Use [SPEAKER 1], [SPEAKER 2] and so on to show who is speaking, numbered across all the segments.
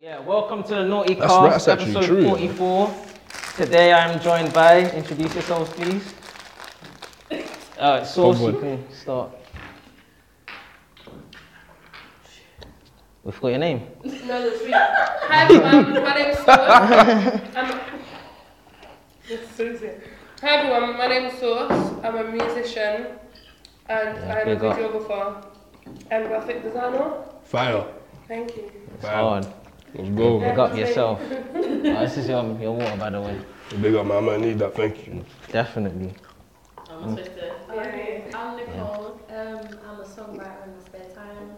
[SPEAKER 1] Yeah, welcome to the Naughty
[SPEAKER 2] That's-
[SPEAKER 1] Cast,
[SPEAKER 2] that's actually
[SPEAKER 1] episode
[SPEAKER 2] true, you know.
[SPEAKER 1] 44. Today I'm joined by, introduce yourselves please. Uh, Alright, Source, you
[SPEAKER 2] Onward.
[SPEAKER 1] can start. We've got your name.
[SPEAKER 3] No, the three. Hi everyone, my name is Source. I'm That's so sad. Hi everyone, my name is Source. I'm a musician and
[SPEAKER 1] Yeah,
[SPEAKER 3] I'm a
[SPEAKER 1] big up.
[SPEAKER 3] videographer and graphic designer.
[SPEAKER 2] Fire.
[SPEAKER 3] Thank you.
[SPEAKER 2] Fire.
[SPEAKER 1] Hard.
[SPEAKER 2] Let's go.
[SPEAKER 1] Big up yourself. Oh, this is your, your water by the way.
[SPEAKER 2] Big up, man. I might need that. Thank you.
[SPEAKER 1] Definitely.
[SPEAKER 4] I'm twisted.
[SPEAKER 3] Yeah.
[SPEAKER 4] I'm Nicole. Oh, Um, I'm a songwriter in my spare time.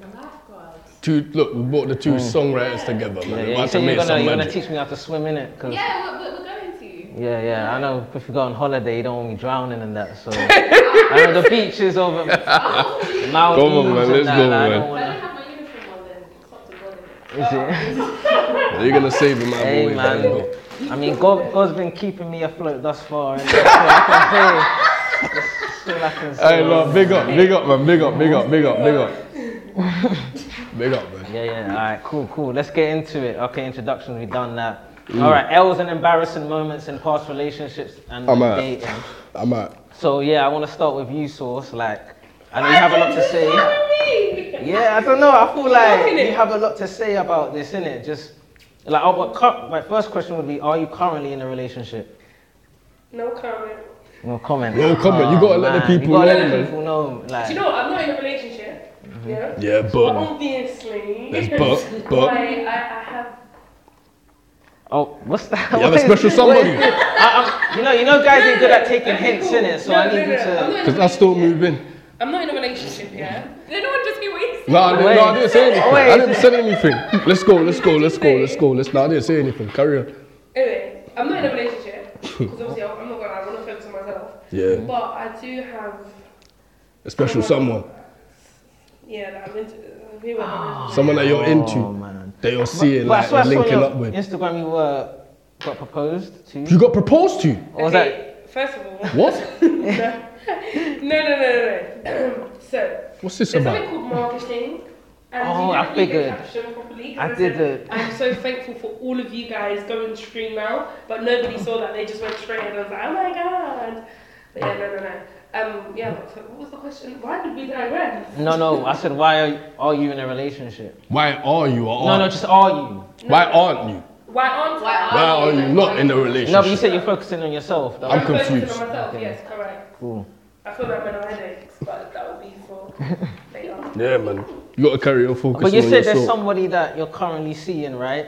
[SPEAKER 4] And I'm a lifeguard.
[SPEAKER 5] Two, look, we brought the two songwriters together, man.
[SPEAKER 1] Mm. Yeah,
[SPEAKER 5] We're
[SPEAKER 1] yeah, you
[SPEAKER 5] about to
[SPEAKER 1] said you're
[SPEAKER 5] make
[SPEAKER 1] gonna,
[SPEAKER 5] some
[SPEAKER 1] you're gonna
[SPEAKER 5] magic.
[SPEAKER 1] teach me how to swim in it. Cause, yeah.
[SPEAKER 4] Yeah, we're, we're- we're going to.
[SPEAKER 1] yeah, I know if you go on holiday, you don't want me drowning and that, so. I know the beaches over Maldives
[SPEAKER 2] man,
[SPEAKER 1] and
[SPEAKER 2] let's
[SPEAKER 1] that,
[SPEAKER 2] go,
[SPEAKER 1] like, I
[SPEAKER 2] man.
[SPEAKER 1] don't
[SPEAKER 4] I
[SPEAKER 1] wanna-
[SPEAKER 4] don't have my uniform on then. It's up to God.
[SPEAKER 1] Is it?
[SPEAKER 5] You're gonna save him, my
[SPEAKER 1] Hey,
[SPEAKER 5] boy.
[SPEAKER 1] man.
[SPEAKER 5] Go.
[SPEAKER 1] I mean, God, God's been keeping me afloat thus far, and that's all I can say. That's all I can say.
[SPEAKER 2] Hey, no, big up, big up, man. Big up, big up, big up, big up.
[SPEAKER 5] Big up, man.
[SPEAKER 1] Yeah, yeah. All right, cool, cool. Let's get into it. Okay, introductions. We've done that.
[SPEAKER 2] Mm.
[SPEAKER 1] All right, L's and embarrassing moments in past relationships and
[SPEAKER 5] I'm out.
[SPEAKER 1] dating.
[SPEAKER 5] I'm out.
[SPEAKER 1] So yeah, I want to start with you, Source. Like, I know you have a lot to say. Yeah, I don't know. I feel like you have a lot to say about this, innit? Just like, oh, but cu- my first question would be, are you currently in a relationship?
[SPEAKER 3] No comment.
[SPEAKER 1] No comment. Oh,
[SPEAKER 5] No comment. You gotta let the people
[SPEAKER 1] you gotta
[SPEAKER 5] know,
[SPEAKER 1] Let the
[SPEAKER 5] man.
[SPEAKER 1] people know. Like,
[SPEAKER 3] Do you know what? I'm not in a relationship.
[SPEAKER 1] Mm-hmm.
[SPEAKER 3] Yeah.
[SPEAKER 5] Yeah,
[SPEAKER 3] But
[SPEAKER 5] but
[SPEAKER 3] obviously,
[SPEAKER 5] there's but,
[SPEAKER 3] I,
[SPEAKER 5] but
[SPEAKER 3] I, I have.
[SPEAKER 1] oh, what's that?
[SPEAKER 5] you have a special somebody
[SPEAKER 1] I, I, you know, you know, guys ain't good at taking
[SPEAKER 3] Okay,
[SPEAKER 1] hints
[SPEAKER 3] cool.
[SPEAKER 1] in it, so
[SPEAKER 3] No,
[SPEAKER 1] I need
[SPEAKER 3] no,
[SPEAKER 1] you
[SPEAKER 3] no,
[SPEAKER 1] to.
[SPEAKER 3] I'm not in a
[SPEAKER 5] because I still
[SPEAKER 3] relationship.
[SPEAKER 5] move in.
[SPEAKER 3] I'm not in a relationship, yeah?
[SPEAKER 4] Then I just be wasting.
[SPEAKER 5] No, I didn't, no, I didn't say anything.
[SPEAKER 1] Wait.
[SPEAKER 5] I didn't say anything. Let's go. Let's go. Let's go. Let's go. Let's. No, I didn't say anything. Carry on.
[SPEAKER 3] Anyway, I'm not in a relationship. Because obviously, I'm I'm not going to, I want to focus on myself.
[SPEAKER 5] Yeah,
[SPEAKER 3] But I do have.
[SPEAKER 5] a special someone,
[SPEAKER 3] Yeah, that I'm into. uh, Who am
[SPEAKER 1] Ah.
[SPEAKER 3] I into?
[SPEAKER 5] someone that you're
[SPEAKER 1] Oh
[SPEAKER 5] into,
[SPEAKER 1] man.
[SPEAKER 5] that you're seeing,
[SPEAKER 1] But I
[SPEAKER 5] like
[SPEAKER 1] swear,
[SPEAKER 5] you're
[SPEAKER 1] I saw
[SPEAKER 5] linking
[SPEAKER 1] your
[SPEAKER 5] up with.
[SPEAKER 1] Instagram, you were got proposed to.
[SPEAKER 5] You got proposed to?
[SPEAKER 1] What was that?
[SPEAKER 3] Okay, First of all,
[SPEAKER 5] What?
[SPEAKER 3] no, no, no, no, no. so
[SPEAKER 5] What's this
[SPEAKER 3] there's something
[SPEAKER 5] about?
[SPEAKER 3] called marketing. And
[SPEAKER 1] Oh,
[SPEAKER 3] you
[SPEAKER 1] I
[SPEAKER 3] don't really get
[SPEAKER 1] figured.
[SPEAKER 3] captioned properly.
[SPEAKER 1] I
[SPEAKER 3] And
[SPEAKER 1] did
[SPEAKER 3] said, I'm so thankful for all of you guys going stream now, but nobody saw that. They just went straight and I was like, oh my god. But yeah, no, no, no. Um, yeah. So what was the question? Why did we digress?
[SPEAKER 1] No, no. I said, why are you, are you in a relationship?
[SPEAKER 5] Why are you?
[SPEAKER 1] No,
[SPEAKER 5] Or
[SPEAKER 1] no.
[SPEAKER 5] aren't?
[SPEAKER 1] Just are you?
[SPEAKER 5] Why aren't you?
[SPEAKER 3] Why aren't
[SPEAKER 4] Why
[SPEAKER 3] I?
[SPEAKER 4] aren't-
[SPEAKER 5] Why are you not in a relationship?
[SPEAKER 1] No, but you said you're focusing on yourself. Though.
[SPEAKER 5] I'm
[SPEAKER 3] I'm focusing
[SPEAKER 5] confused.
[SPEAKER 3] on myself.
[SPEAKER 1] Okay.
[SPEAKER 3] Yes, correct.
[SPEAKER 1] Cool.
[SPEAKER 3] I feel like men are headaches, but that will be for later.
[SPEAKER 5] Yeah, man. You gotta carry your focus.
[SPEAKER 1] But you
[SPEAKER 5] on
[SPEAKER 1] said there's
[SPEAKER 5] yourself.
[SPEAKER 1] somebody that you're currently seeing, right?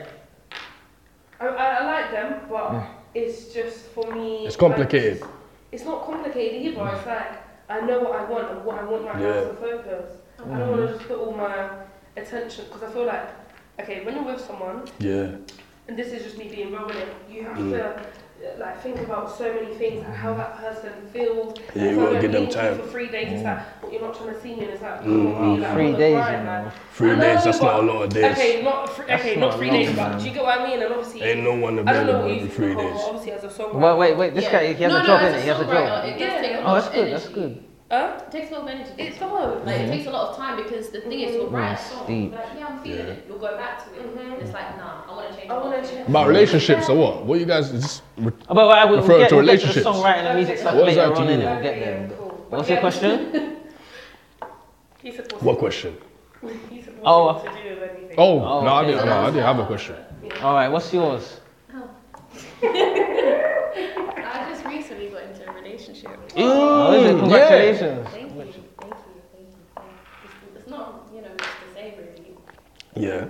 [SPEAKER 3] I, I, I like them, but it's just for me.
[SPEAKER 5] It's complicated.
[SPEAKER 3] like, it's not complicated either. It's like I know what I want and what I want my
[SPEAKER 5] Yeah. Mm-hmm.
[SPEAKER 3] house to focus. I don't want to just put all my attention because I feel like okay when you're with someone
[SPEAKER 5] Yeah.
[SPEAKER 3] and this is just me being real with it, you have
[SPEAKER 5] Mm.
[SPEAKER 3] to. uh, Like think about so many things, like how that person feels.
[SPEAKER 5] Yeah,
[SPEAKER 3] It's
[SPEAKER 5] you
[SPEAKER 3] like
[SPEAKER 5] gotta
[SPEAKER 3] I've
[SPEAKER 5] give them
[SPEAKER 3] been with you
[SPEAKER 5] time. Mm.
[SPEAKER 3] For three days, it's like, but you're not trying to see me, and it's like,
[SPEAKER 1] Wow, Mm. three days, you know.
[SPEAKER 5] Three days, that's not a lot of days.
[SPEAKER 3] Okay, not three,
[SPEAKER 1] That's
[SPEAKER 3] okay,
[SPEAKER 1] not
[SPEAKER 3] not three
[SPEAKER 1] long,
[SPEAKER 3] days,
[SPEAKER 1] man.
[SPEAKER 3] but do you get what I mean? And obviously,
[SPEAKER 5] Ain't no one
[SPEAKER 3] I don't know
[SPEAKER 5] available
[SPEAKER 3] what
[SPEAKER 5] in
[SPEAKER 3] you
[SPEAKER 5] three
[SPEAKER 3] think
[SPEAKER 5] days.
[SPEAKER 3] obviously as a songwriter.
[SPEAKER 1] Wait, wait, wait. This
[SPEAKER 4] Yeah.
[SPEAKER 1] guy, he has
[SPEAKER 4] no,
[SPEAKER 1] a job
[SPEAKER 4] no,
[SPEAKER 1] in
[SPEAKER 4] as
[SPEAKER 1] it. He has a
[SPEAKER 4] songwriter,
[SPEAKER 1] job.
[SPEAKER 4] It does take a lot
[SPEAKER 1] Oh, that's
[SPEAKER 4] of
[SPEAKER 1] good.
[SPEAKER 4] energy.
[SPEAKER 1] That's good. Mm-hmm.
[SPEAKER 3] Huh?
[SPEAKER 4] It takes a lot of energy.
[SPEAKER 3] It does.
[SPEAKER 4] Like it takes a lot of time because the thing is, you'll write a song,
[SPEAKER 1] Deep.
[SPEAKER 4] like yeah, I'm feeling
[SPEAKER 5] Yeah.
[SPEAKER 4] it. You'll go back to it. It's like nah, Mm-hmm. I want to change.
[SPEAKER 3] I
[SPEAKER 4] my
[SPEAKER 3] want
[SPEAKER 4] life.
[SPEAKER 3] to change.
[SPEAKER 5] About relationships or what? What you guys just
[SPEAKER 1] But, but we'll, get,
[SPEAKER 5] Referring to
[SPEAKER 1] we'll get to the
[SPEAKER 5] relationships.
[SPEAKER 1] songwriting and music stuff
[SPEAKER 5] What does
[SPEAKER 1] later
[SPEAKER 5] that
[SPEAKER 1] on,
[SPEAKER 5] do?
[SPEAKER 1] and we'll get there.
[SPEAKER 3] Okay, cool.
[SPEAKER 1] What's your
[SPEAKER 3] Yeah.
[SPEAKER 1] question?
[SPEAKER 3] He said, what's
[SPEAKER 5] what question?
[SPEAKER 3] He said,
[SPEAKER 1] Oh.
[SPEAKER 3] what's it to do with anything?
[SPEAKER 5] Oh,
[SPEAKER 1] Oh,
[SPEAKER 5] no, I
[SPEAKER 1] okay.
[SPEAKER 5] didn't. No, I didn't have a question.
[SPEAKER 1] All right. What's yours?
[SPEAKER 4] I just recently got into a relationship.
[SPEAKER 1] Oh, is it?
[SPEAKER 5] yeah.
[SPEAKER 1] Congratulations.
[SPEAKER 4] Thank you, thank you, thank you. It's- It's not, you know, much to say really.
[SPEAKER 5] Yeah.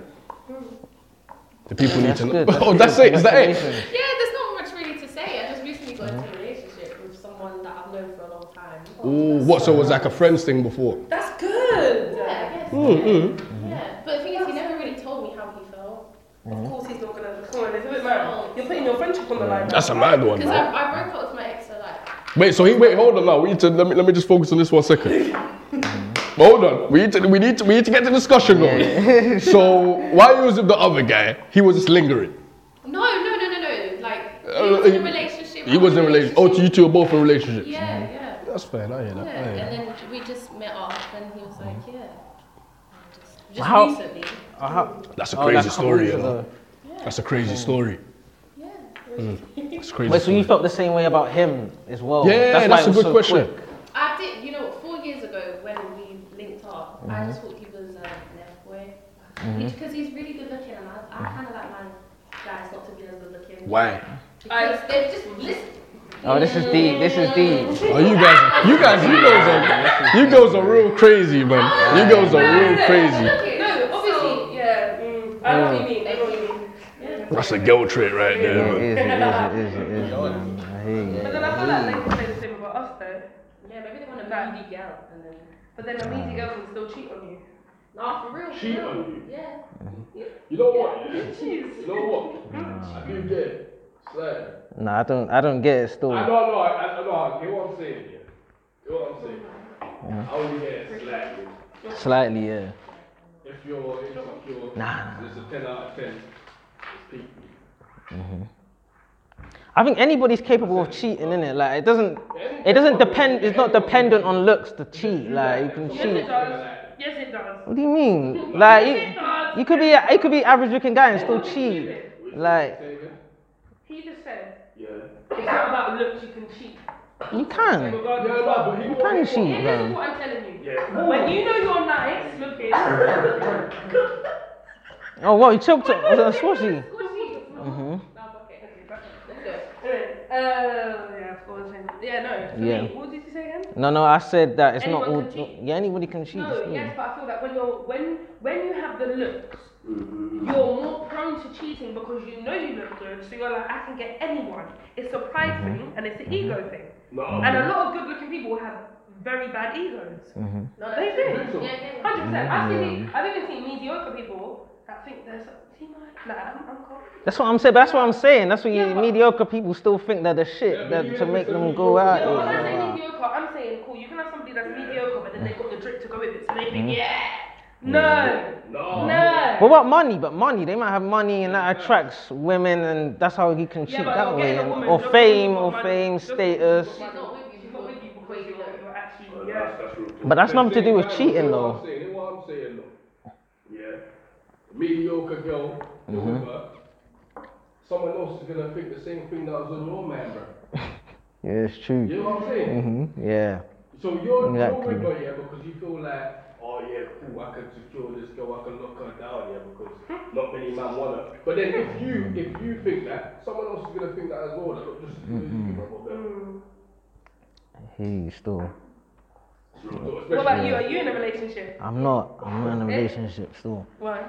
[SPEAKER 5] The people need
[SPEAKER 1] That's
[SPEAKER 5] to know.
[SPEAKER 1] good. That's
[SPEAKER 5] oh,
[SPEAKER 1] good.
[SPEAKER 5] that's it. Is that it?
[SPEAKER 1] Congratulations.
[SPEAKER 4] Yeah, there's not much really to say. I just recently got into
[SPEAKER 5] Mm-hmm.
[SPEAKER 4] a relationship with someone that I've known for a long time.
[SPEAKER 5] Ooh, what? So it was like a friends thing before.
[SPEAKER 3] That's good.
[SPEAKER 4] Yeah, I guess.
[SPEAKER 5] Mm-hmm.
[SPEAKER 4] Yeah. yeah, but the thing is, he never really told me how he felt.
[SPEAKER 3] Of course he's not gonna come on. It's a bit mad. You're putting your friendship on the line.
[SPEAKER 5] That's a mad one.
[SPEAKER 4] Because
[SPEAKER 5] man.
[SPEAKER 4] I, I broke up with my ex a lot.
[SPEAKER 5] Wait, so he wait. Hold on now. We need to let me let me just focus on this one second. Hold on. We need to we need to we need to get the discussion going. so why was it the other guy? He was just lingering.
[SPEAKER 4] No, no, no, no, no. Like he
[SPEAKER 5] Uh,
[SPEAKER 4] was in a
[SPEAKER 5] he-
[SPEAKER 4] relationship. I
[SPEAKER 5] He was in a relationship. Oh, so you two are both in relationships.
[SPEAKER 4] Yeah, yeah,
[SPEAKER 5] That's fair. I hear
[SPEAKER 4] yeah.
[SPEAKER 5] that. I hear that.
[SPEAKER 4] And then we just met up, and he was like, yeah. I just
[SPEAKER 5] Mm-hmm.
[SPEAKER 4] Just
[SPEAKER 1] How-
[SPEAKER 4] recently.
[SPEAKER 1] Uh, how-
[SPEAKER 5] That's a
[SPEAKER 1] oh, like
[SPEAKER 5] crazy
[SPEAKER 1] a couple
[SPEAKER 5] story,
[SPEAKER 1] weeks
[SPEAKER 5] you know.
[SPEAKER 1] ago.
[SPEAKER 5] That's a crazy story.
[SPEAKER 4] Yeah.
[SPEAKER 5] It's crazy.
[SPEAKER 1] Wait, so you
[SPEAKER 5] story.
[SPEAKER 1] felt the same way about him as well?
[SPEAKER 5] Yeah,
[SPEAKER 1] why
[SPEAKER 5] that's
[SPEAKER 1] it
[SPEAKER 5] a
[SPEAKER 1] was
[SPEAKER 5] good
[SPEAKER 1] so
[SPEAKER 5] question.
[SPEAKER 1] quick.
[SPEAKER 4] I did, you know, what, four years ago when we linked up, I
[SPEAKER 1] Mm-hmm.
[SPEAKER 4] just thought he was um, an F boy. Because he's really good looking and I,
[SPEAKER 1] Mm-hmm.
[SPEAKER 4] I kind of like my guys not to be as good looking.
[SPEAKER 5] Why?
[SPEAKER 4] Because they're just listen.
[SPEAKER 1] Oh, this is deep. This is deep.
[SPEAKER 5] Oh, you guys, you guys, you girls are, you girls are real crazy, man. You girls are real crazy.
[SPEAKER 3] No, obviously, yeah. Mm, I know what you mean. I know what you mean.
[SPEAKER 5] That's a girl trait right there, man.
[SPEAKER 1] is. It is. It is. Man. I hear you.
[SPEAKER 3] But then I feel like they could say the same about us though.
[SPEAKER 4] Yeah, maybe they want to
[SPEAKER 3] Nah.
[SPEAKER 4] nah. meet girl and then.
[SPEAKER 3] But then a meaty girl will still cheat on you.
[SPEAKER 4] Nah, for real. for
[SPEAKER 5] Cheat
[SPEAKER 4] real.
[SPEAKER 5] on you?
[SPEAKER 4] Yeah.
[SPEAKER 5] You know what? You know what? I do get it. Slang.
[SPEAKER 1] No, I don't. I don't get it. Still.
[SPEAKER 5] I know, I know, I, I know, I get what I'm saying. yeah. Get what I'm saying. I only get it slightly.
[SPEAKER 1] Slightly. Yeah.
[SPEAKER 5] If you're insecure,
[SPEAKER 1] Nah.
[SPEAKER 5] it's a 10 out of 10. It's peak.
[SPEAKER 1] Mm-hmm. I think anybody's capable of cheating, innit? Like it doesn't. It doesn't depend. It's not dependent on looks to cheat. Like you can
[SPEAKER 3] Yes, it
[SPEAKER 1] cheat.
[SPEAKER 3] does. Yes, it does.
[SPEAKER 1] What do you mean? Like you, you could be. You could be average looking guy and still cheat. Like
[SPEAKER 3] He just said
[SPEAKER 5] Yeah.
[SPEAKER 3] it's not about looks you can cheat.
[SPEAKER 1] you can.
[SPEAKER 5] Yeah,
[SPEAKER 3] Regardless.
[SPEAKER 5] no, but he
[SPEAKER 1] You
[SPEAKER 5] won't.
[SPEAKER 1] can
[SPEAKER 3] Yeah,
[SPEAKER 1] cheat,
[SPEAKER 3] this is
[SPEAKER 1] bro.
[SPEAKER 3] what I'm telling you.
[SPEAKER 5] Yeah.
[SPEAKER 3] When you know you're nice looking,
[SPEAKER 1] Oh what? You choked on on Swazi. Mm-hmm.
[SPEAKER 3] Oh yeah, of course. Yeah, no. For
[SPEAKER 1] Yeah.
[SPEAKER 3] Me, what did you say again?
[SPEAKER 1] No, no. I said that it's not all.
[SPEAKER 3] Anyone can cheat.
[SPEAKER 1] Yeah, anybody can cheat.
[SPEAKER 3] No,
[SPEAKER 1] still.
[SPEAKER 3] yes, but I feel that when you're when when you have the looks,
[SPEAKER 5] Mm-hmm.
[SPEAKER 3] you're more prone to cheating because you know you look good, so you're like, I can get anyone. It's a pride thing and it's an ego thing.
[SPEAKER 5] No.
[SPEAKER 3] And a lot of good looking people have very bad egos.
[SPEAKER 4] No,
[SPEAKER 3] They
[SPEAKER 4] that's-
[SPEAKER 3] do.
[SPEAKER 4] Yeah, yeah.
[SPEAKER 3] Hundred percent. I've seen I've even seen mediocre people that think there's a team like I'm I'm cool.
[SPEAKER 1] That's what I'm saying. That's what I'm saying. That's what
[SPEAKER 3] Yeah,
[SPEAKER 1] you
[SPEAKER 3] but-
[SPEAKER 1] mediocre people still think that the shit
[SPEAKER 5] Yeah, but
[SPEAKER 1] that
[SPEAKER 5] you
[SPEAKER 1] to
[SPEAKER 5] ain't
[SPEAKER 1] make
[SPEAKER 5] the
[SPEAKER 1] them go out.
[SPEAKER 3] Yeah,
[SPEAKER 1] is,
[SPEAKER 3] when I say
[SPEAKER 1] uh,
[SPEAKER 3] mediocre, I'm saying cool. You can have somebody that's mediocre, but then they've got the drip to go with it, so they think yeah. No,
[SPEAKER 5] No.
[SPEAKER 1] What
[SPEAKER 3] no.
[SPEAKER 1] about money? But money, they might have money and that attracts women, and that's how he can cheat
[SPEAKER 3] Yeah, but
[SPEAKER 1] that
[SPEAKER 3] you're
[SPEAKER 1] way.
[SPEAKER 3] getting a
[SPEAKER 1] and-
[SPEAKER 3] woman
[SPEAKER 1] or
[SPEAKER 3] just
[SPEAKER 1] fame,
[SPEAKER 3] because
[SPEAKER 1] or
[SPEAKER 3] you've got money,
[SPEAKER 1] fame,
[SPEAKER 3] just because
[SPEAKER 1] status.
[SPEAKER 3] you've got
[SPEAKER 4] She's
[SPEAKER 3] money.
[SPEAKER 4] not with you.
[SPEAKER 3] She's not with you because you're, you're
[SPEAKER 5] Oh,
[SPEAKER 3] actually
[SPEAKER 5] that's-
[SPEAKER 3] yeah.
[SPEAKER 5] that's real.
[SPEAKER 1] But that's nothing to do with
[SPEAKER 5] That's
[SPEAKER 1] cheating,
[SPEAKER 5] what
[SPEAKER 1] though.
[SPEAKER 5] I'm saying, that's what I'm saying, though. Yeah. Mediocre girl,
[SPEAKER 1] Mm-hmm.
[SPEAKER 5] whatever. Someone else is gonna think the same thing that was on your man, bro.
[SPEAKER 1] Yeah, it's true.
[SPEAKER 5] You know what I'm saying?
[SPEAKER 1] hmm Yeah.
[SPEAKER 5] So you're
[SPEAKER 1] Exactly.
[SPEAKER 5] exactly. you're with her, yeah, because you feel like, oh yeah, cool, I can secure this girl, I can lock her down, yeah, because not many men want her. But then if you
[SPEAKER 1] Hmm.
[SPEAKER 5] if you think that, someone else is gonna think that as well. That look, just
[SPEAKER 1] Hmm.
[SPEAKER 5] mm-hmm.
[SPEAKER 1] I hear you still.
[SPEAKER 3] What about you? Are you in a relationship?
[SPEAKER 1] I'm not. I'm not in a relationship still.
[SPEAKER 3] Why?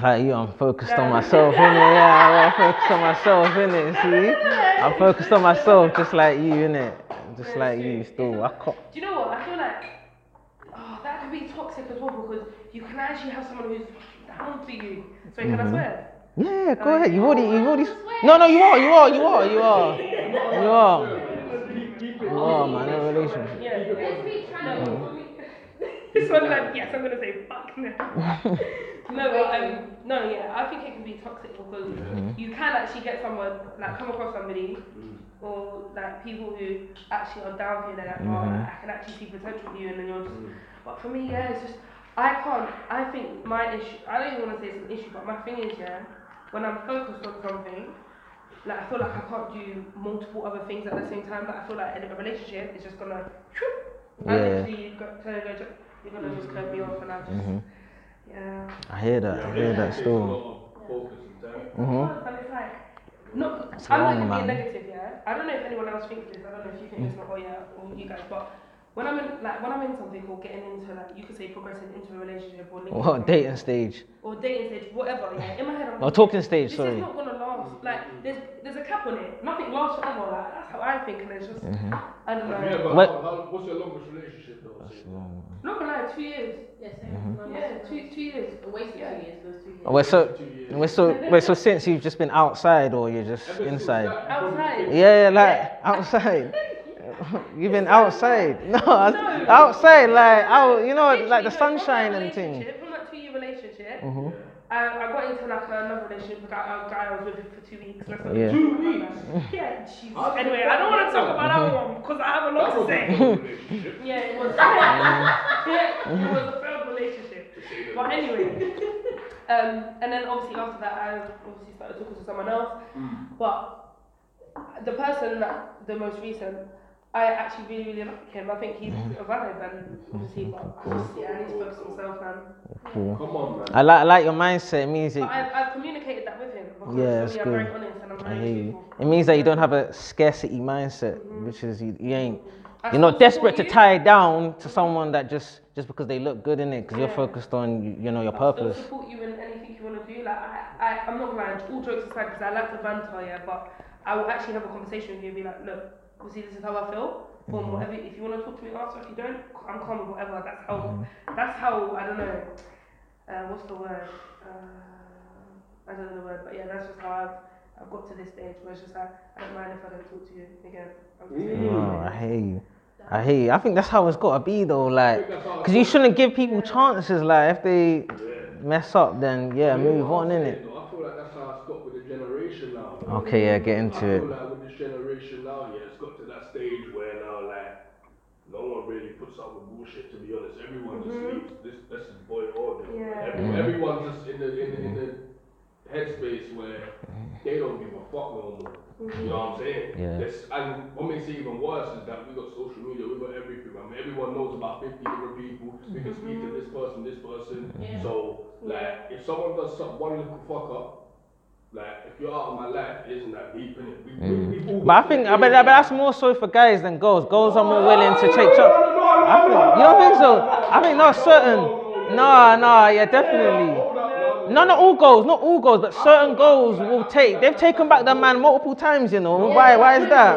[SPEAKER 1] Like you, I'm focused on myself, innit? Yeah, I'm focused on myself, innit? See? I'm focused on myself, just like you, innit? Just like you still. I can't.
[SPEAKER 3] Do you know what? I feel like oh, that could be toxic as well because you can actually have someone who's down to you. So
[SPEAKER 1] Mm-hmm.
[SPEAKER 3] can I swear?
[SPEAKER 1] Yeah, go ahead. You already, you already. No, no, you are, you are, you are, you are, you are. You are, Oh, man, in a relationship.
[SPEAKER 3] Yeah.
[SPEAKER 4] Let's be trying
[SPEAKER 1] Mm-hmm.
[SPEAKER 4] to.
[SPEAKER 3] This one, like, yes, I'm gonna say fuck no. no, but, um, no, yeah, I think it can be toxic because you can actually get someone, like, come across somebody, or like people who actually are down here. They're like, oh, like, I can actually see potential in you, and then you're just. But for me, yeah, it's just I can't. I think my issue. I don't even want to say it's an issue, but my thing is, yeah, when I'm focused on something. Like I feel like I can't do multiple other things at the same time. Like I feel like in a relationship, it's just gonna. I
[SPEAKER 1] Yeah.
[SPEAKER 3] literally go, go, go, go, you're gonna just cut me off and I just yeah.
[SPEAKER 1] Mm-hmm. I hear that. I hear that still.
[SPEAKER 3] Because then it's like no I'm
[SPEAKER 1] long,
[SPEAKER 3] not gonna be
[SPEAKER 1] Mm-hmm. man.
[SPEAKER 3] negative, yeah. I don't know if anyone else thinks this, I don't know if you think this or oh yeah, or you guys, but when I'm in like when I'm in something or getting into like you could say progressing into a relationship or linking
[SPEAKER 1] What dating stage?
[SPEAKER 3] or dating stage, whatever, yeah, in my head I'm
[SPEAKER 1] Or talking stage?
[SPEAKER 3] this is
[SPEAKER 1] Sorry.
[SPEAKER 3] not gonna last. Like there's there's a cap on it. Nothing lasts forever, like that's how I think and it's just
[SPEAKER 1] Mm-hmm.
[SPEAKER 3] I don't know.
[SPEAKER 1] What-
[SPEAKER 5] what's your longest relationship though?
[SPEAKER 3] Not gonna lie, two years.
[SPEAKER 4] Yeah,
[SPEAKER 1] Mm-hmm.
[SPEAKER 4] same.
[SPEAKER 3] Yeah, two two years.
[SPEAKER 4] A waste of two
[SPEAKER 3] Yeah.
[SPEAKER 4] years, those two years.
[SPEAKER 1] Wait, so, wait, so, wait, so since you've just been outside or you're just inside?
[SPEAKER 3] Outside.
[SPEAKER 1] Yeah, yeah, like outside. You've been outside. No, I- outside, like out. You know, like the
[SPEAKER 3] Literally, no, from that
[SPEAKER 1] sunshine and things. Mm-hmm.
[SPEAKER 3] relationship, From that two-year relationship, um, I got into like another relationship with that uh, guy I was with for two weeks. Let's not
[SPEAKER 1] Yeah.
[SPEAKER 5] Two weeks?
[SPEAKER 3] Yeah, Jesus. Anyway, I don't want to talk about that
[SPEAKER 1] Mm-hmm.
[SPEAKER 3] one because I have a lot
[SPEAKER 5] That
[SPEAKER 3] to
[SPEAKER 5] was a
[SPEAKER 3] say.
[SPEAKER 5] good relationship.
[SPEAKER 3] Yeah, it was. yeah, it was a failed relationship. But anyway, um, and then obviously after that, I obviously started talking to someone else. But the person that the most recent, I actually really really like him. I think he's
[SPEAKER 1] Mm-hmm.
[SPEAKER 3] a vibe, and obviously, but I just, yeah, I need to focus on myself, man.
[SPEAKER 6] Come on, man.
[SPEAKER 1] I like, I like your mindset. It means
[SPEAKER 3] But
[SPEAKER 1] that,
[SPEAKER 3] I've, I've communicated that with him because
[SPEAKER 1] Yeah,
[SPEAKER 3] yeah,
[SPEAKER 1] it's
[SPEAKER 3] I'm very
[SPEAKER 1] good.
[SPEAKER 3] honest and I'm
[SPEAKER 1] I
[SPEAKER 3] very
[SPEAKER 1] hear you.
[SPEAKER 3] truthful.
[SPEAKER 1] It means that you don't have a scarcity mindset, which is you, you ain't.
[SPEAKER 3] I
[SPEAKER 1] You're not
[SPEAKER 3] still
[SPEAKER 1] desperate
[SPEAKER 3] support
[SPEAKER 1] to
[SPEAKER 3] you.
[SPEAKER 1] tie it down to someone that just just because they look good in it, because you're
[SPEAKER 3] Yeah.
[SPEAKER 1] focused on you, you know your
[SPEAKER 3] I'll
[SPEAKER 1] purpose.
[SPEAKER 3] still support you in anything you want to do. Like I, I I'm not gonna lie, all jokes aside, because I like to banter, yeah. But I will actually have a conversation with you and be like, look, obviously this is how I feel. Or
[SPEAKER 1] Mm-hmm.
[SPEAKER 3] whatever. If you want to talk to me, answer. If you don't, I'm calm. with Whatever. That's how.
[SPEAKER 1] Mm-hmm.
[SPEAKER 3] That's how. I don't know. Uh, what's the word? Uh, I don't know the word, but yeah, that's just how I've. I've got to this stage where it's just like, I don't mind if I don't talk to you again. I'm just saying.
[SPEAKER 1] No, I hear you. I hear you. I think that's how it's gotta be though, like, because you shouldn't give people chances. Like, if they mess up, then yeah, move on in it.
[SPEAKER 6] I feel like that's how I stopped with the generation now. man.
[SPEAKER 1] Okay, yeah, get
[SPEAKER 6] I
[SPEAKER 1] into
[SPEAKER 6] feel
[SPEAKER 1] it.
[SPEAKER 6] like with this generation now, yeah, it's got to that stage where now, like, no one really puts up with bullshit. To be honest, everyone just leaves. This, this is boy order.
[SPEAKER 3] Yeah.
[SPEAKER 6] Every,
[SPEAKER 1] Mm-hmm.
[SPEAKER 6] Everyone's just in the in the, in the headspace where they don't give a fuck no more. You know what I'm saying?
[SPEAKER 1] Mm-hmm. Yeah.
[SPEAKER 6] This- and what makes it even worse is that we got social media, we got everything. I mean, everyone knows about 50 different people. We can speak to this person, this person.
[SPEAKER 1] Mm-hmm.
[SPEAKER 6] So, like, if someone does some, one little fuck up, like, if you're out of my life, it isn't that deep in it. We, we, we all
[SPEAKER 1] Mm. But I think, I bet, I bet that's more so for guys than girls. Girls are more willing to take chop. I think, you don't think so? I think not certain. No, no, yeah, definitely. No, not all goals, not all goals, but certain goals will take. They've taken back their man multiple times, you know. Why? Why is that?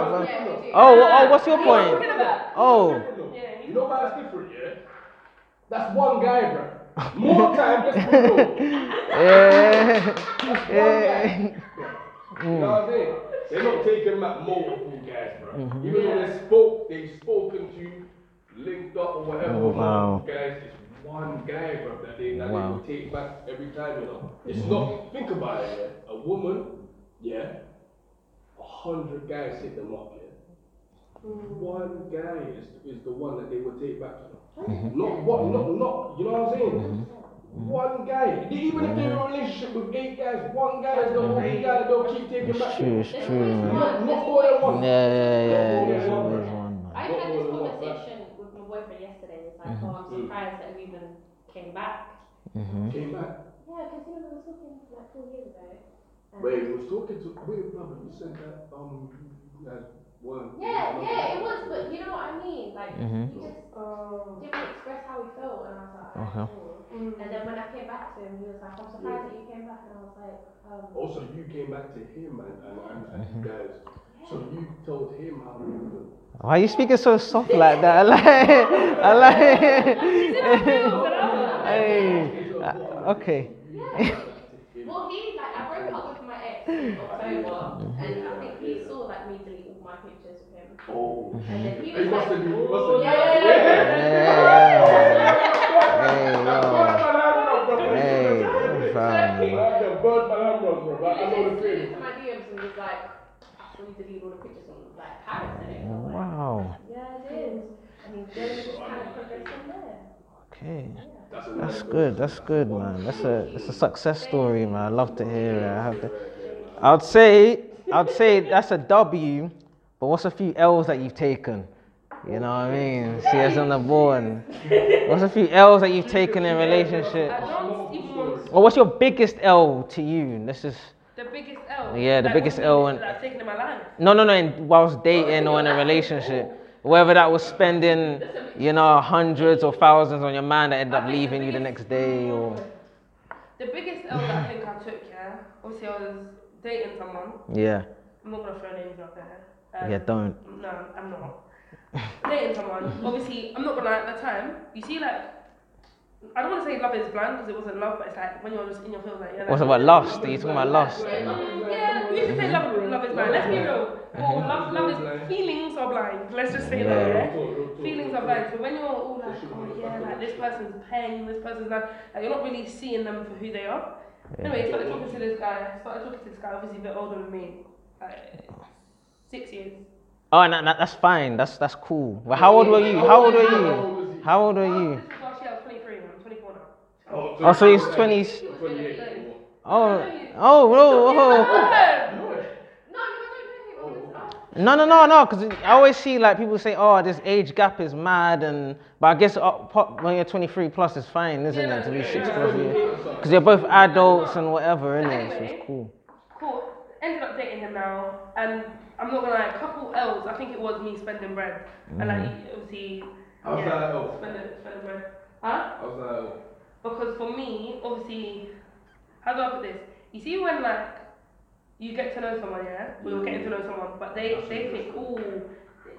[SPEAKER 1] Oh, oh, what's your point? Oh,
[SPEAKER 6] You know why that's different, yeah? That's one guy, bro. More time, that's one
[SPEAKER 1] Mm.
[SPEAKER 6] guy.
[SPEAKER 1] yeah,
[SPEAKER 6] Yeah. You know what I'm saying? They're not taking back multiple guys, bro.
[SPEAKER 1] Mm-hmm.
[SPEAKER 6] Even though they spoke, they've spoken to, you, linked up or whatever.
[SPEAKER 1] Oh, wow.
[SPEAKER 6] multiple Guys, it's one guy, bro, that they that
[SPEAKER 1] Wow. Mm-hmm.
[SPEAKER 6] they will take back every time. You know, it's not. Think about it. Yeah? A woman, yeah, a hundred guys hit them up. Yeah, one guy is, is the one that they will take back. You know?
[SPEAKER 1] Mm-hmm.
[SPEAKER 6] Not what, not not. You know what I'm saying? One guy, even if they're in a relationship with eight guys, one guy is the only guy that they'll keep taking back.
[SPEAKER 1] true, it's true.
[SPEAKER 6] Not, not more than
[SPEAKER 1] yeah,
[SPEAKER 6] one.
[SPEAKER 1] yeah. There's always one. Man.
[SPEAKER 4] I had this conversation with my boyfriend yesterday. It's like, oh, I'm surprised that we even came back.
[SPEAKER 1] Mm-hmm.
[SPEAKER 6] Came back.
[SPEAKER 4] Yeah, because you know, we were talking like four years ago.
[SPEAKER 6] Wait, he was talking to. Wait, brother, you said that. Um, you guys weren't.
[SPEAKER 4] Yeah, yeah, it was, but you know what I mean? Like, we just
[SPEAKER 3] Oh,
[SPEAKER 4] didn't express how we felt, and I was like,
[SPEAKER 1] Okay.
[SPEAKER 4] oh.
[SPEAKER 3] mm.
[SPEAKER 4] And then when I came back to him, he was like, I'm surprised that you came back, and I was like, um,
[SPEAKER 6] Also, you came back to him and, and, and,
[SPEAKER 1] Mm-hmm.
[SPEAKER 6] and you guys. So you told him how you feel.
[SPEAKER 1] Why are you speaking so soft like that? I like, I like. hey, uh, okay.
[SPEAKER 4] well, he, like, I broke up with my ex in October, and I think he saw, like, me delete all my pictures with him.
[SPEAKER 6] Oh.
[SPEAKER 4] And then he
[SPEAKER 6] He
[SPEAKER 4] was
[SPEAKER 6] must
[SPEAKER 4] like,
[SPEAKER 6] have. He must have.
[SPEAKER 4] yeah.
[SPEAKER 1] Hey, fam.
[SPEAKER 4] He just slid into my DMs and was like, I saw you delete all the pictures on, like, Paris today. And I was like,
[SPEAKER 1] Wow.
[SPEAKER 4] Yeah, I did. I mean, then we just kind of progressed from there.
[SPEAKER 1] Okay. That's good. That's good, man. That's a it's a success story, man. I love to hear it. I have to, I'd say I'd say that's a W, but what's a few L's that you've taken? You know what I mean? See us on the board. What's a few L's that you've taken in relationships?
[SPEAKER 3] I don't even want to
[SPEAKER 1] Or what's your biggest L to you? Let's just
[SPEAKER 3] The biggest L.
[SPEAKER 1] Yeah, the
[SPEAKER 3] Like,
[SPEAKER 1] biggest
[SPEAKER 3] obviously,
[SPEAKER 1] L in-
[SPEAKER 3] that I've taken in my life.
[SPEAKER 1] no, no, no. In, whilst dating or in a relationship, whether that was spending, you know, hundreds or thousands on your man that ended up leaving you the next day, or
[SPEAKER 3] The biggest L that I think I took, yeah. Obviously, I was dating someone.
[SPEAKER 1] yeah,
[SPEAKER 3] I'm not gonna throw names out there. Um,
[SPEAKER 1] yeah, don't.
[SPEAKER 3] No, I'm not. dating someone. Obviously, I'm not gonna lie. At the time, you see, like, I don't want to say love is blind because it wasn't love, but it's like when you're just in your feels, like, you're
[SPEAKER 1] What's
[SPEAKER 3] like,
[SPEAKER 1] about lust? Are you talking about lust?
[SPEAKER 3] yeah, we should say love, love is blind. Let's be real. Well, love, love is feelings are blind. Let's just say that. Yeah. Feelings are blind. So when you're all like, oh yeah, like this person's pain, this person's not, like, you're not really seeing them for who they are. Anyway, started talking to this guy. Started talking to this guy. Obviously, a bit older than me, like six years.
[SPEAKER 1] Oh, no, no, that's fine. That's that's cool. But how old were you? How old were you? How old were
[SPEAKER 3] Oh,
[SPEAKER 1] you?
[SPEAKER 3] This is last
[SPEAKER 1] Oh, so
[SPEAKER 3] year. I was 23. I'm 24 now.
[SPEAKER 6] Oh,
[SPEAKER 1] he's 20s.
[SPEAKER 6] 28.
[SPEAKER 1] Oh, oh, whoa, whoa.
[SPEAKER 4] No, you don't know people.
[SPEAKER 1] No, no, no, no. Because I always see like people say, "Oh, this age gap is mad," and but I guess uh, po- when you're 23 plus, it's fine, isn't it, to be six plus years? Because you're both adults and whatever, isn't it? So it's cool.
[SPEAKER 3] Cool. Ended up dating him now, and I'm not gonna lie, a couple L's. I think it was me spending bread, and like obviously,
[SPEAKER 6] How's
[SPEAKER 3] yeah,
[SPEAKER 6] that L?
[SPEAKER 3] spending spending bread, huh?
[SPEAKER 6] I was like, oh.
[SPEAKER 3] Because for me, obviously, how do I put this? You see when like you get to know someone, yeah, we were getting to know someone, but they they think, oh,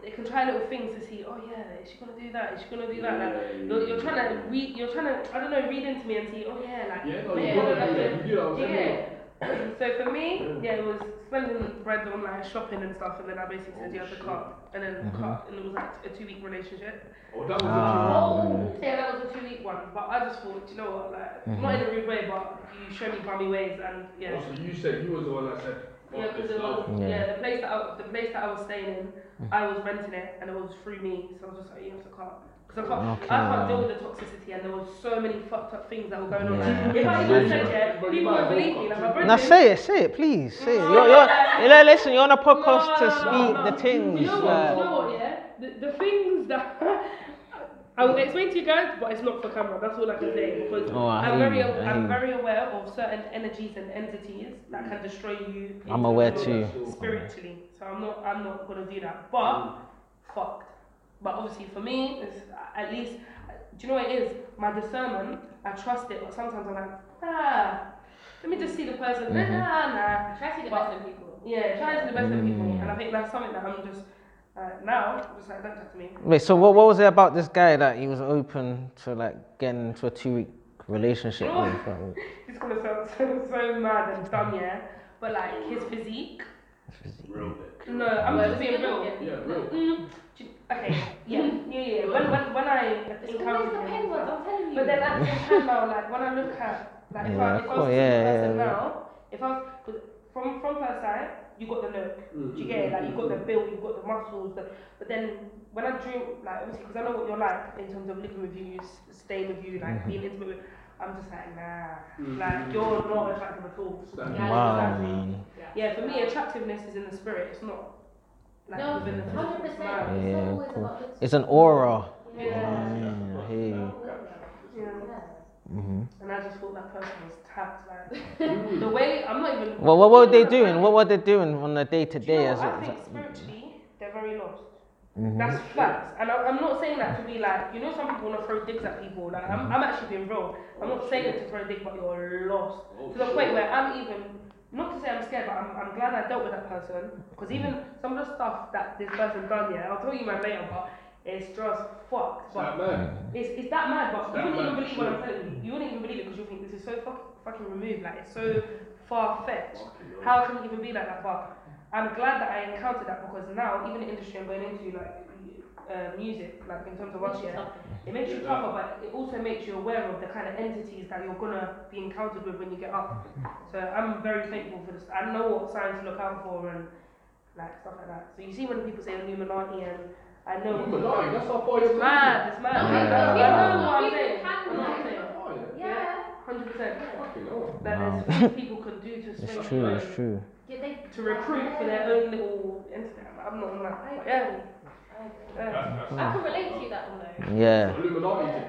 [SPEAKER 3] they can try little things to see. Oh yeah, is she gonna do that? Is she gonna do that? Like, you're, you're trying to read, you're trying to, I don't know, read into me and see. Oh yeah, like
[SPEAKER 6] Yeah, no,
[SPEAKER 4] Yeah.
[SPEAKER 6] you gotta do that. You do that. I was like,
[SPEAKER 3] yeah.
[SPEAKER 6] no.
[SPEAKER 3] so for me, yeah, it was spending bread on like shopping and stuff, and then I basically said yeah to cut, and then cut, and it was like a two-week relationship.
[SPEAKER 6] Oh, that was a
[SPEAKER 3] Oh, yeah, that was a two-week one, but I just thought, do you know what, like
[SPEAKER 1] Mm-hmm.
[SPEAKER 3] not in a rude way, but you show me bummy ways, and
[SPEAKER 6] two.
[SPEAKER 3] yeah.
[SPEAKER 6] Oh, so you said you was the one that said,
[SPEAKER 3] Yeah,
[SPEAKER 6] fuck
[SPEAKER 3] because
[SPEAKER 6] this
[SPEAKER 3] it
[SPEAKER 6] love.
[SPEAKER 3] was, yeah. the place that I, the place that I was staying in,
[SPEAKER 1] Mm-hmm.
[SPEAKER 3] I was renting it, and it was through me, so I was just like, you have to cut. Because I can't, I can't deal with the toxicity, and there was so many fucked up things that were going on.
[SPEAKER 1] Yeah, I
[SPEAKER 3] Like, if I
[SPEAKER 1] can
[SPEAKER 3] even
[SPEAKER 1] imagine.
[SPEAKER 3] said yeah,
[SPEAKER 6] But you
[SPEAKER 3] people would
[SPEAKER 6] might
[SPEAKER 3] believe
[SPEAKER 6] walk
[SPEAKER 3] me.
[SPEAKER 6] up
[SPEAKER 3] Like my
[SPEAKER 1] Now
[SPEAKER 3] brother.
[SPEAKER 1] say it, say it, please. Say it. You're, you're, you know, listen, you're on a podcast to
[SPEAKER 3] No, no,
[SPEAKER 1] speak
[SPEAKER 3] no.
[SPEAKER 1] the things.
[SPEAKER 3] You know what? You
[SPEAKER 1] like-
[SPEAKER 3] know what? Yeah, the, the things that I will explain to you guys, but it's not for camera. That's all I can say because
[SPEAKER 1] Oh, I
[SPEAKER 3] I'm
[SPEAKER 1] hear
[SPEAKER 3] very,
[SPEAKER 1] you, I hear
[SPEAKER 3] I'm
[SPEAKER 1] you.
[SPEAKER 3] very aware of certain energies and entities that can destroy you.
[SPEAKER 1] I'm aware
[SPEAKER 3] internally,
[SPEAKER 1] too.
[SPEAKER 3] Spiritually, so I'm not, I'm not gonna do that. But fucked. But obviously, for me, it's at least. Do you know what it is? My discernment. I trust it, but sometimes I'm like, ah. Let me just see the person.
[SPEAKER 1] Mm-hmm.
[SPEAKER 3] Nah, nah.
[SPEAKER 4] Try to see the
[SPEAKER 3] But-
[SPEAKER 4] best in people.
[SPEAKER 3] Yeah, try to the best of people,
[SPEAKER 1] Mm.
[SPEAKER 3] and I think that's something that I'm just uh, now I'm just like don't talk to me.
[SPEAKER 1] Wait, so what, what was it about this guy that he was open to like getting into a two-week relationship
[SPEAKER 3] Oh.
[SPEAKER 1] with? Like,
[SPEAKER 3] He's gonna sound so, so mad and dumb, yeah. But like his physique,
[SPEAKER 6] Real bit.
[SPEAKER 3] no, I'm just being real.
[SPEAKER 6] Yeah, real.
[SPEAKER 3] Mm, do- okay, yeah, yeah, yeah. When when when I
[SPEAKER 4] It's always the
[SPEAKER 3] encountered him,
[SPEAKER 4] penguins, I'm telling you.
[SPEAKER 3] but then at the same time now, like when I look at like if
[SPEAKER 1] Yeah,
[SPEAKER 3] I if I was
[SPEAKER 1] cool,
[SPEAKER 3] to see
[SPEAKER 1] yeah,
[SPEAKER 3] the person
[SPEAKER 1] yeah, yeah.
[SPEAKER 3] now, if I was 'cause from from first sight, you got the look. Do you get it? Like you got the build, you got the muscles, the, but then when I dream, like obviously because I know what you're like in terms of living with you, s- staying with you,
[SPEAKER 1] Mm-hmm.
[SPEAKER 3] like being intimate with, I'm just like nah, like you're not attractive at all.
[SPEAKER 4] Yeah,
[SPEAKER 1] Wow,
[SPEAKER 4] exactly.
[SPEAKER 1] man.
[SPEAKER 3] Yeah, for me attractiveness is in the spirit. It's not like
[SPEAKER 4] No,
[SPEAKER 3] within the physical.
[SPEAKER 4] 100%. It's not
[SPEAKER 3] Wow.
[SPEAKER 1] Yeah,
[SPEAKER 4] always
[SPEAKER 1] cool.
[SPEAKER 4] about looks.
[SPEAKER 1] It's an aura.
[SPEAKER 3] Yeah.
[SPEAKER 1] Mm, I hear you.
[SPEAKER 3] yeah.
[SPEAKER 4] Yeah.
[SPEAKER 3] And I just thought that person was tapped. Like the way I'm not even.
[SPEAKER 1] Well, what were they doing? What were they doing on a day-to-day?
[SPEAKER 3] Do you know
[SPEAKER 1] as
[SPEAKER 3] what?
[SPEAKER 1] it-
[SPEAKER 3] I
[SPEAKER 1] as
[SPEAKER 3] think
[SPEAKER 1] it-
[SPEAKER 3] spiritually, they're very lost. That's facts, and I, I'm not saying that to be like you know some people want to throw digs at people. Like I'm, I'm actually being real. I'm not saying it to throw a dig, but you're lost to the point where I'm even not to say I'm scared, but I'm, I'm glad I dealt with that person because even some of the stuff that this person done, yeah, I'll tell you man later, but it's just fucked. But
[SPEAKER 6] That man.
[SPEAKER 3] it's, it's that mad, but
[SPEAKER 6] That
[SPEAKER 3] you wouldn't even
[SPEAKER 6] mad,
[SPEAKER 3] believe what I'm telling you. You wouldn't even believe it because you think this is so fuck, fucking removed, like it's so far fetched. How can it even be like that? But I'm glad that I encountered that because now, even the industry I'm going into, like uh, music, like in terms of us, yeah, it makes you tougher, but it also makes you aware of the kind of entities that you're gonna be encountered with when you get up. So I'm very thankful for this. I know what signs to look out for and like stuff like that. So you see when people say Illuminati and I know
[SPEAKER 6] Illuminati, that's how far
[SPEAKER 3] it's
[SPEAKER 6] you've
[SPEAKER 3] mad, it's mad.
[SPEAKER 4] Yeah.
[SPEAKER 3] I know what I'm
[SPEAKER 4] Yeah.
[SPEAKER 3] saying.
[SPEAKER 4] Yeah.
[SPEAKER 3] I know what I'm saying.
[SPEAKER 6] Oh, yeah.
[SPEAKER 4] Yeah.
[SPEAKER 3] Hundred percent.
[SPEAKER 6] Fucking hell.
[SPEAKER 1] Wow.
[SPEAKER 3] That there's things people can do to swing
[SPEAKER 1] It's true. It's true.
[SPEAKER 4] Yeah, they-
[SPEAKER 3] to recruit for their own little Instagram. I'm not on that. But yeah. yeah.
[SPEAKER 1] Hmm.
[SPEAKER 4] I can relate to you that one though.
[SPEAKER 1] Yeah.
[SPEAKER 6] Illuminati thing.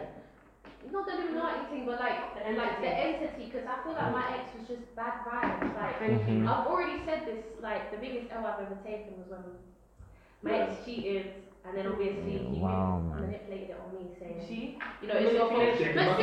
[SPEAKER 4] Not the Illuminati thing, but like,
[SPEAKER 3] The
[SPEAKER 4] like the entity, because I feel like my ex was just bad vibes. Like,
[SPEAKER 3] Hmm. Mm-hmm.
[SPEAKER 4] I've already said this, like, the biggest L I've ever taken was when my ex cheated, and then obviously he
[SPEAKER 1] Wow, man.
[SPEAKER 4] manipulated it on me, saying,
[SPEAKER 3] She
[SPEAKER 4] you know, it's your fault.
[SPEAKER 3] Manipulation.
[SPEAKER 4] But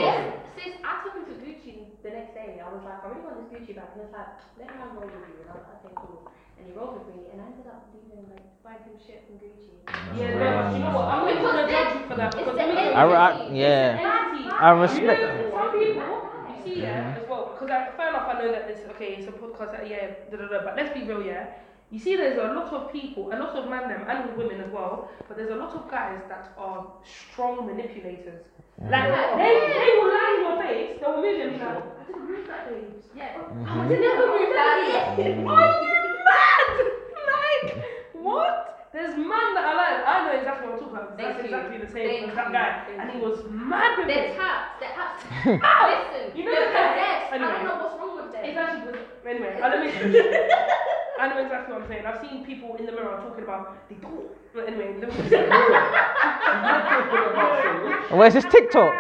[SPEAKER 4] sis, sis, I took him to Gucci the next day. I was like, I really want this Gucci bag. He was like, let me roll with you. And I was like, okay, cool. And he rolled with me, and I ended up leaving, like, buying him shit from Gucci.
[SPEAKER 3] Yeah, no, but you know what? I'm not gonna judge you for that because let me tell you-
[SPEAKER 1] I, re- I yeah.
[SPEAKER 3] Empty.
[SPEAKER 1] I respect
[SPEAKER 3] You know, some people, you see, yeah, as well. Because I, fair enough, I know that this okay, it's a podcast. That, yeah, da, da, da, but let's be real, yeah. You see, there's a lot of people, a lot of man them and women as well, but there's a lot of guys that are strong manipulators. Like they, they will lie in your face. They will move you and be like, I didn't move that babe.
[SPEAKER 4] Yeah.
[SPEAKER 1] Mm-hmm.
[SPEAKER 3] I would never move that. Are you mad? Like, what? There's man that I like. I know know exactly what I'm talking about. That's
[SPEAKER 4] Thank you.
[SPEAKER 3] exactly the same
[SPEAKER 4] Thank
[SPEAKER 3] as that
[SPEAKER 4] you.
[SPEAKER 3] guy,
[SPEAKER 4] Thank
[SPEAKER 3] and he
[SPEAKER 4] you.
[SPEAKER 3] was mad with it.
[SPEAKER 4] They're tapped. They're tapped. Listen.
[SPEAKER 3] You
[SPEAKER 4] You
[SPEAKER 3] know
[SPEAKER 4] know
[SPEAKER 3] the-
[SPEAKER 4] they're possessed. I
[SPEAKER 3] Anyway.
[SPEAKER 4] don't know what's wrong with them.
[SPEAKER 3] It's actually good. Anyway, uh, I don't know. I know exactly what I'm saying. I've seen people in the mirror talking about they don't. But anyway, let me just say.
[SPEAKER 1] Mm-hmm. Where's this TikTok?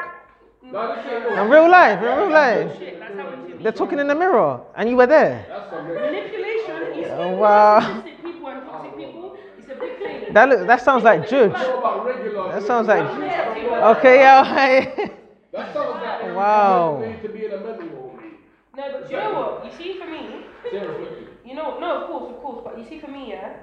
[SPEAKER 6] No, this ain't
[SPEAKER 1] In
[SPEAKER 6] no.
[SPEAKER 1] real life, in real life.
[SPEAKER 3] Shit, that's how it should be.
[SPEAKER 1] They're talking in the mirror, and you were there.
[SPEAKER 6] That's something.
[SPEAKER 3] Manipulation is
[SPEAKER 1] Oh, wow.
[SPEAKER 3] narcissistic people and toxic people. It's a big thing.
[SPEAKER 1] That look, that sounds like Judge.
[SPEAKER 6] What about regular?
[SPEAKER 1] That sounds like.
[SPEAKER 3] Yeah, people-
[SPEAKER 1] Okay, yeah.
[SPEAKER 6] That sounds like every
[SPEAKER 1] Wow.
[SPEAKER 6] woman needs to be in a mental home.
[SPEAKER 3] No, but you know what? You see, for me,
[SPEAKER 6] Seriously.
[SPEAKER 3] you know, no, of course, of course, but you see, for me, yeah,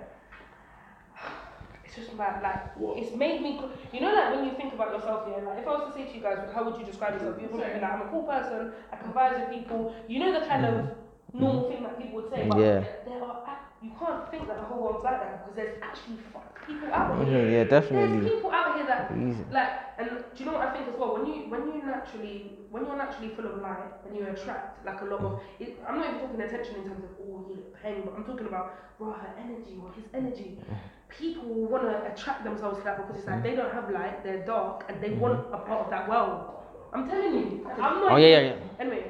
[SPEAKER 3] it's just about like
[SPEAKER 6] What?
[SPEAKER 3] it's made me. co- You know, like when you think about yourself, yeah, like if I was to say to you guys, how would you describe yourself? You would be like, I'm a cool person. I can vibe with people. You know the kind of normal thing that people would say. But
[SPEAKER 1] Yeah.
[SPEAKER 3] There are. act- You can't think that the whole world's like that because there's actually fucked people out
[SPEAKER 1] Yeah,
[SPEAKER 3] here.
[SPEAKER 1] yeah,
[SPEAKER 3] There's
[SPEAKER 1] definitely.
[SPEAKER 3] people out here that
[SPEAKER 1] Easy.
[SPEAKER 3] like, and do you know what I think as well? When you when you naturally when you're naturally full of light and you attract like a lot of, it, I'm not even talking attention in terms of oh he look paying, but I'm talking about raw her energy or his energy. People want to attract themselves to that because it's like they don't have light, they're dark, and they want a part of that world. I'm telling you, I'm not.
[SPEAKER 1] Oh, yeah, yeah, yeah.
[SPEAKER 3] Anyway,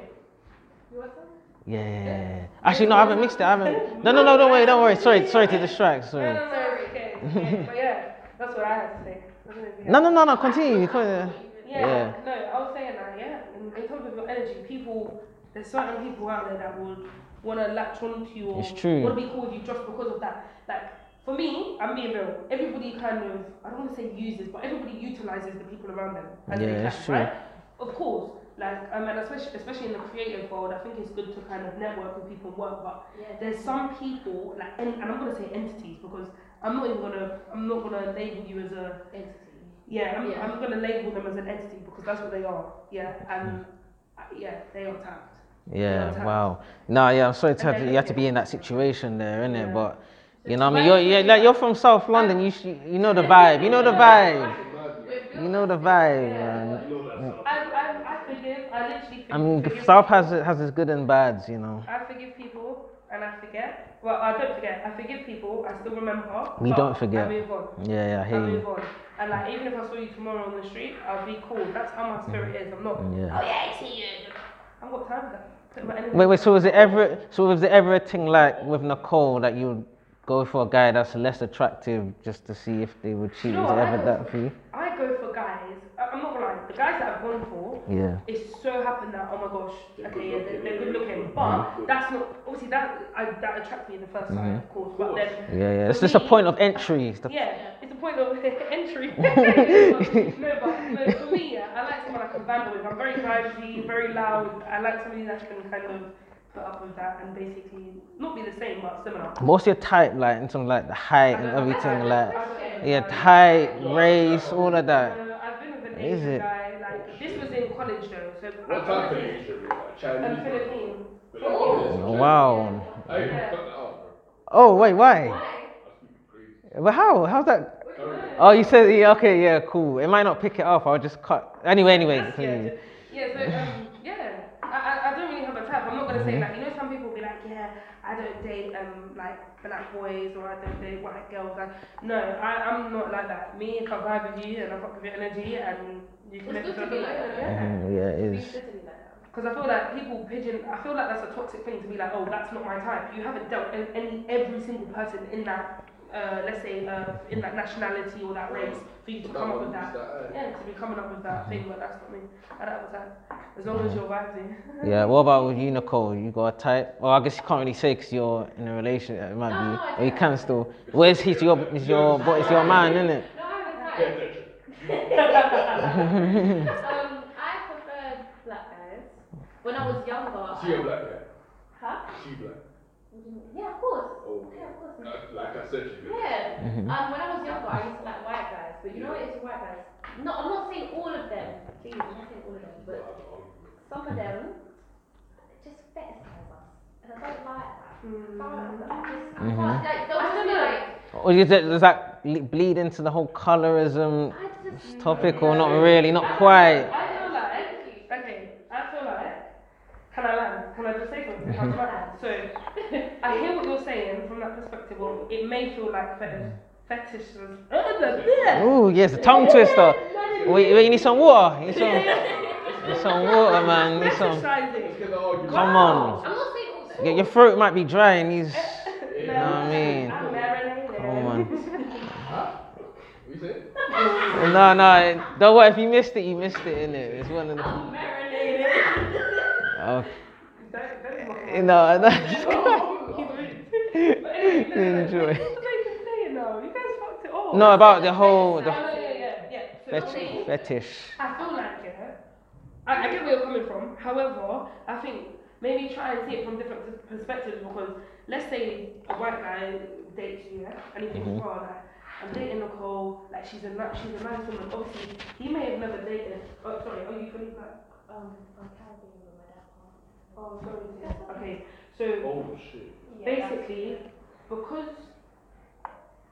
[SPEAKER 1] Yeah. Actually, no, I haven't mixed it. I haven't. No, no, no, don't worry, don't worry. Sorry, sorry to distract.
[SPEAKER 3] no,
[SPEAKER 1] Sorry.
[SPEAKER 3] no, no, it's okay, it's okay. but yeah, that's what I had to say. I don't know if you
[SPEAKER 1] No, no, no, no. Continue. Continue.
[SPEAKER 3] Yeah, no, I was saying that, yeah. In, in terms of your energy, people, there's certain people out there that would want to latch onto you or
[SPEAKER 1] It's true.
[SPEAKER 3] want to be cool with you just because of that. Like, for me, I'm being real. Everybody kind of, I don't want to say uses, but everybody utilizes the people around them. As
[SPEAKER 1] Yeah,
[SPEAKER 3] they can,
[SPEAKER 1] that's true.
[SPEAKER 3] Right? Of course. Like, um, and especially, especially in the creative world, I think it's good to kind of network with people and work, but
[SPEAKER 4] Yeah.
[SPEAKER 3] there's some people, like, en- and I'm going to say entities because I'm not even going to, I'm not going to label you as a,
[SPEAKER 4] Entity.
[SPEAKER 3] yeah, I'm,
[SPEAKER 4] Yeah.
[SPEAKER 3] I'm gonna label them as an entity because that's what they are. Yeah, and uh, yeah, they are tapped.
[SPEAKER 1] Yeah, wow. No, yeah, I'm sorry to have, you have to be in that situation there, innit? But you know, what I mean, you're you're, like, you're from South London. You sh- you know the vibe. You know the vibe. You know the vibe, man.
[SPEAKER 3] I, I, I forgive. I literally. Forgive,
[SPEAKER 1] I mean, the
[SPEAKER 3] forgive
[SPEAKER 1] South
[SPEAKER 3] people.
[SPEAKER 1] has has its good and bads, you know.
[SPEAKER 3] I forgive people and I forget. Well, I don't forget. I forgive people. I still remember.
[SPEAKER 1] We
[SPEAKER 3] but
[SPEAKER 1] don't forget.
[SPEAKER 3] I move on.
[SPEAKER 1] Yeah, yeah, I
[SPEAKER 3] I
[SPEAKER 1] hear
[SPEAKER 3] move
[SPEAKER 1] you.
[SPEAKER 3] on. And like, even if I saw you tomorrow on the street, I'll be cool. That's how my spirit is. I'm not.
[SPEAKER 1] Yeah.
[SPEAKER 4] Oh yeah, I see you.
[SPEAKER 3] I've got time for that. Put my energy-
[SPEAKER 1] Wait, wait. So was it ever? So was it ever a thing like with Nicole that you would go for a guy that's less attractive just to see if they would cheat?
[SPEAKER 3] No,
[SPEAKER 1] Was it
[SPEAKER 3] I
[SPEAKER 1] ever
[SPEAKER 3] don't-
[SPEAKER 1] that for you?
[SPEAKER 3] I go for guys. I- I'm not gonna lie. The guys that I've gone for.
[SPEAKER 1] Yeah.
[SPEAKER 3] It so happened that oh my gosh, okay, yeah, they're, they're good looking, but that's not obviously that I, that attracted me in the first time,
[SPEAKER 1] Mm-hmm.
[SPEAKER 3] of course. But then,
[SPEAKER 1] Yeah, yeah. It's
[SPEAKER 3] for
[SPEAKER 1] just a
[SPEAKER 3] me-
[SPEAKER 1] point of entry. It's the-
[SPEAKER 3] Yeah, it's a point of entry. no, but no, for me, yeah, I like someone I can band with. I'm very lively, very loud. I like somebody that can kind of put up with that and basically not be the same but similar.
[SPEAKER 1] What's your type like in terms of like the height
[SPEAKER 3] I
[SPEAKER 1] and
[SPEAKER 3] don't- I
[SPEAKER 1] everything
[SPEAKER 3] don't-
[SPEAKER 1] like?
[SPEAKER 3] I don't-
[SPEAKER 1] Yeah, height, race, all of
[SPEAKER 3] Uh,
[SPEAKER 1] that.
[SPEAKER 3] I've been with an
[SPEAKER 1] Is
[SPEAKER 3] Asian
[SPEAKER 1] it?
[SPEAKER 3] guy. Like this was in college though, so
[SPEAKER 6] What type of
[SPEAKER 3] and
[SPEAKER 6] Asian? Chinese?
[SPEAKER 3] Philippine.
[SPEAKER 1] Oh, wow.
[SPEAKER 6] Hey, cut that out,
[SPEAKER 1] Oh wait, why? But how? How's that? Oh, you said yeah. Okay, yeah, cool. It might not pick it up. I'll just cut. Anyway, anyway.
[SPEAKER 3] That's- yeah,
[SPEAKER 1] continue.
[SPEAKER 3] ju- yeah, so um, yeah, I, I, I don't really have a type. I'm not gonna say like you know some people be like yeah I don't date um like black boys or I don't date white girls. Like no, I I'm not like that. Me if I vibe with you and I fuck with your energy and you can
[SPEAKER 4] It's
[SPEAKER 3] make
[SPEAKER 4] good to be like that.
[SPEAKER 3] yeah.
[SPEAKER 1] Mm, Yeah, it
[SPEAKER 4] Be
[SPEAKER 1] is.
[SPEAKER 4] good to be like that.
[SPEAKER 3] Because I feel like people pigeon. I feel like that's a toxic thing to be like oh that's not my type. You haven't dealt with any every single person in that. Uh, let's say uh, in that nationality or that race for you to come up with that. Yeah, because we're coming up with that thing, but that's not me. I don't have a type. As long as you're vibing.
[SPEAKER 1] Yeah. What about with you, Nicole? You got a type? Well, I guess you can't really say because you're in a relationship. It might
[SPEAKER 4] No, I
[SPEAKER 1] be. Or you
[SPEAKER 4] don't.
[SPEAKER 1] can still. Where's he's your? Is your? But it's your man, isn't it?
[SPEAKER 4] No, I have a type. um, I preferred black guys. When I was younger.
[SPEAKER 6] She a black guy.
[SPEAKER 4] Huh?
[SPEAKER 6] She black.
[SPEAKER 4] Yeah, of course.
[SPEAKER 6] Oh.
[SPEAKER 4] Yeah, of course.
[SPEAKER 6] Like- Like I said, she black.
[SPEAKER 4] Yeah. Um, when I was younger, I used to like white guys, but you know what it is with white guys? No, I'm not saying all of them. Please, I'm not saying all of them, but some of them just fetishize us, and I don't like that. I just, I can't, like, they'll just be like,
[SPEAKER 1] Or is it, does that le- bleed into the whole colorism
[SPEAKER 4] I just.
[SPEAKER 1] topic or not really? Not quite.
[SPEAKER 3] I feel like, okay, I feel like, can I land? Can I just say something? Can I land? So, I hear what you're saying from that perspective of it may feel like fetish, fetish was oh, the bleh.
[SPEAKER 1] Ooh, yes, a tongue twister. Wait, wait, you need some water. You need some, you need some water, man. You need some.
[SPEAKER 3] Fetishizing.
[SPEAKER 1] Come on.
[SPEAKER 4] I'm not saying all sorts.
[SPEAKER 1] Yeah, your throat might be dry and he's.
[SPEAKER 3] You
[SPEAKER 1] know what I mean?
[SPEAKER 3] I'm marinating.
[SPEAKER 1] Come on.
[SPEAKER 6] You say?
[SPEAKER 1] No, no. it- Don't worry. If you missed it, you missed it, innit? It's one of the.
[SPEAKER 3] Marinating.
[SPEAKER 1] Oh,
[SPEAKER 3] Don't, don't mock
[SPEAKER 1] you know, I know.
[SPEAKER 3] But anyway, no, no, no.
[SPEAKER 1] Enjoy.
[SPEAKER 3] What was I even saying now? You guys fucked it all.
[SPEAKER 1] no, about the whole the
[SPEAKER 3] Oh, no, yeah, yeah, yeah. So
[SPEAKER 1] fetish. fetish.
[SPEAKER 3] I feel like it. I, I get where you're coming from. However, I think maybe try and see it from different pers- perspectives because let's say a white guy dates you, yeah, and he thinks, well, like, I'm dating Nicole, like she's a ni- she's a nice woman. Obviously, he may have never dated. Oh, sorry. Oh, you believe that? Um.
[SPEAKER 4] I'm carrying with my dad.
[SPEAKER 3] Oh, sorry. dear. Okay. So
[SPEAKER 6] Oh shit.
[SPEAKER 4] Yeah, that's-
[SPEAKER 3] basically, because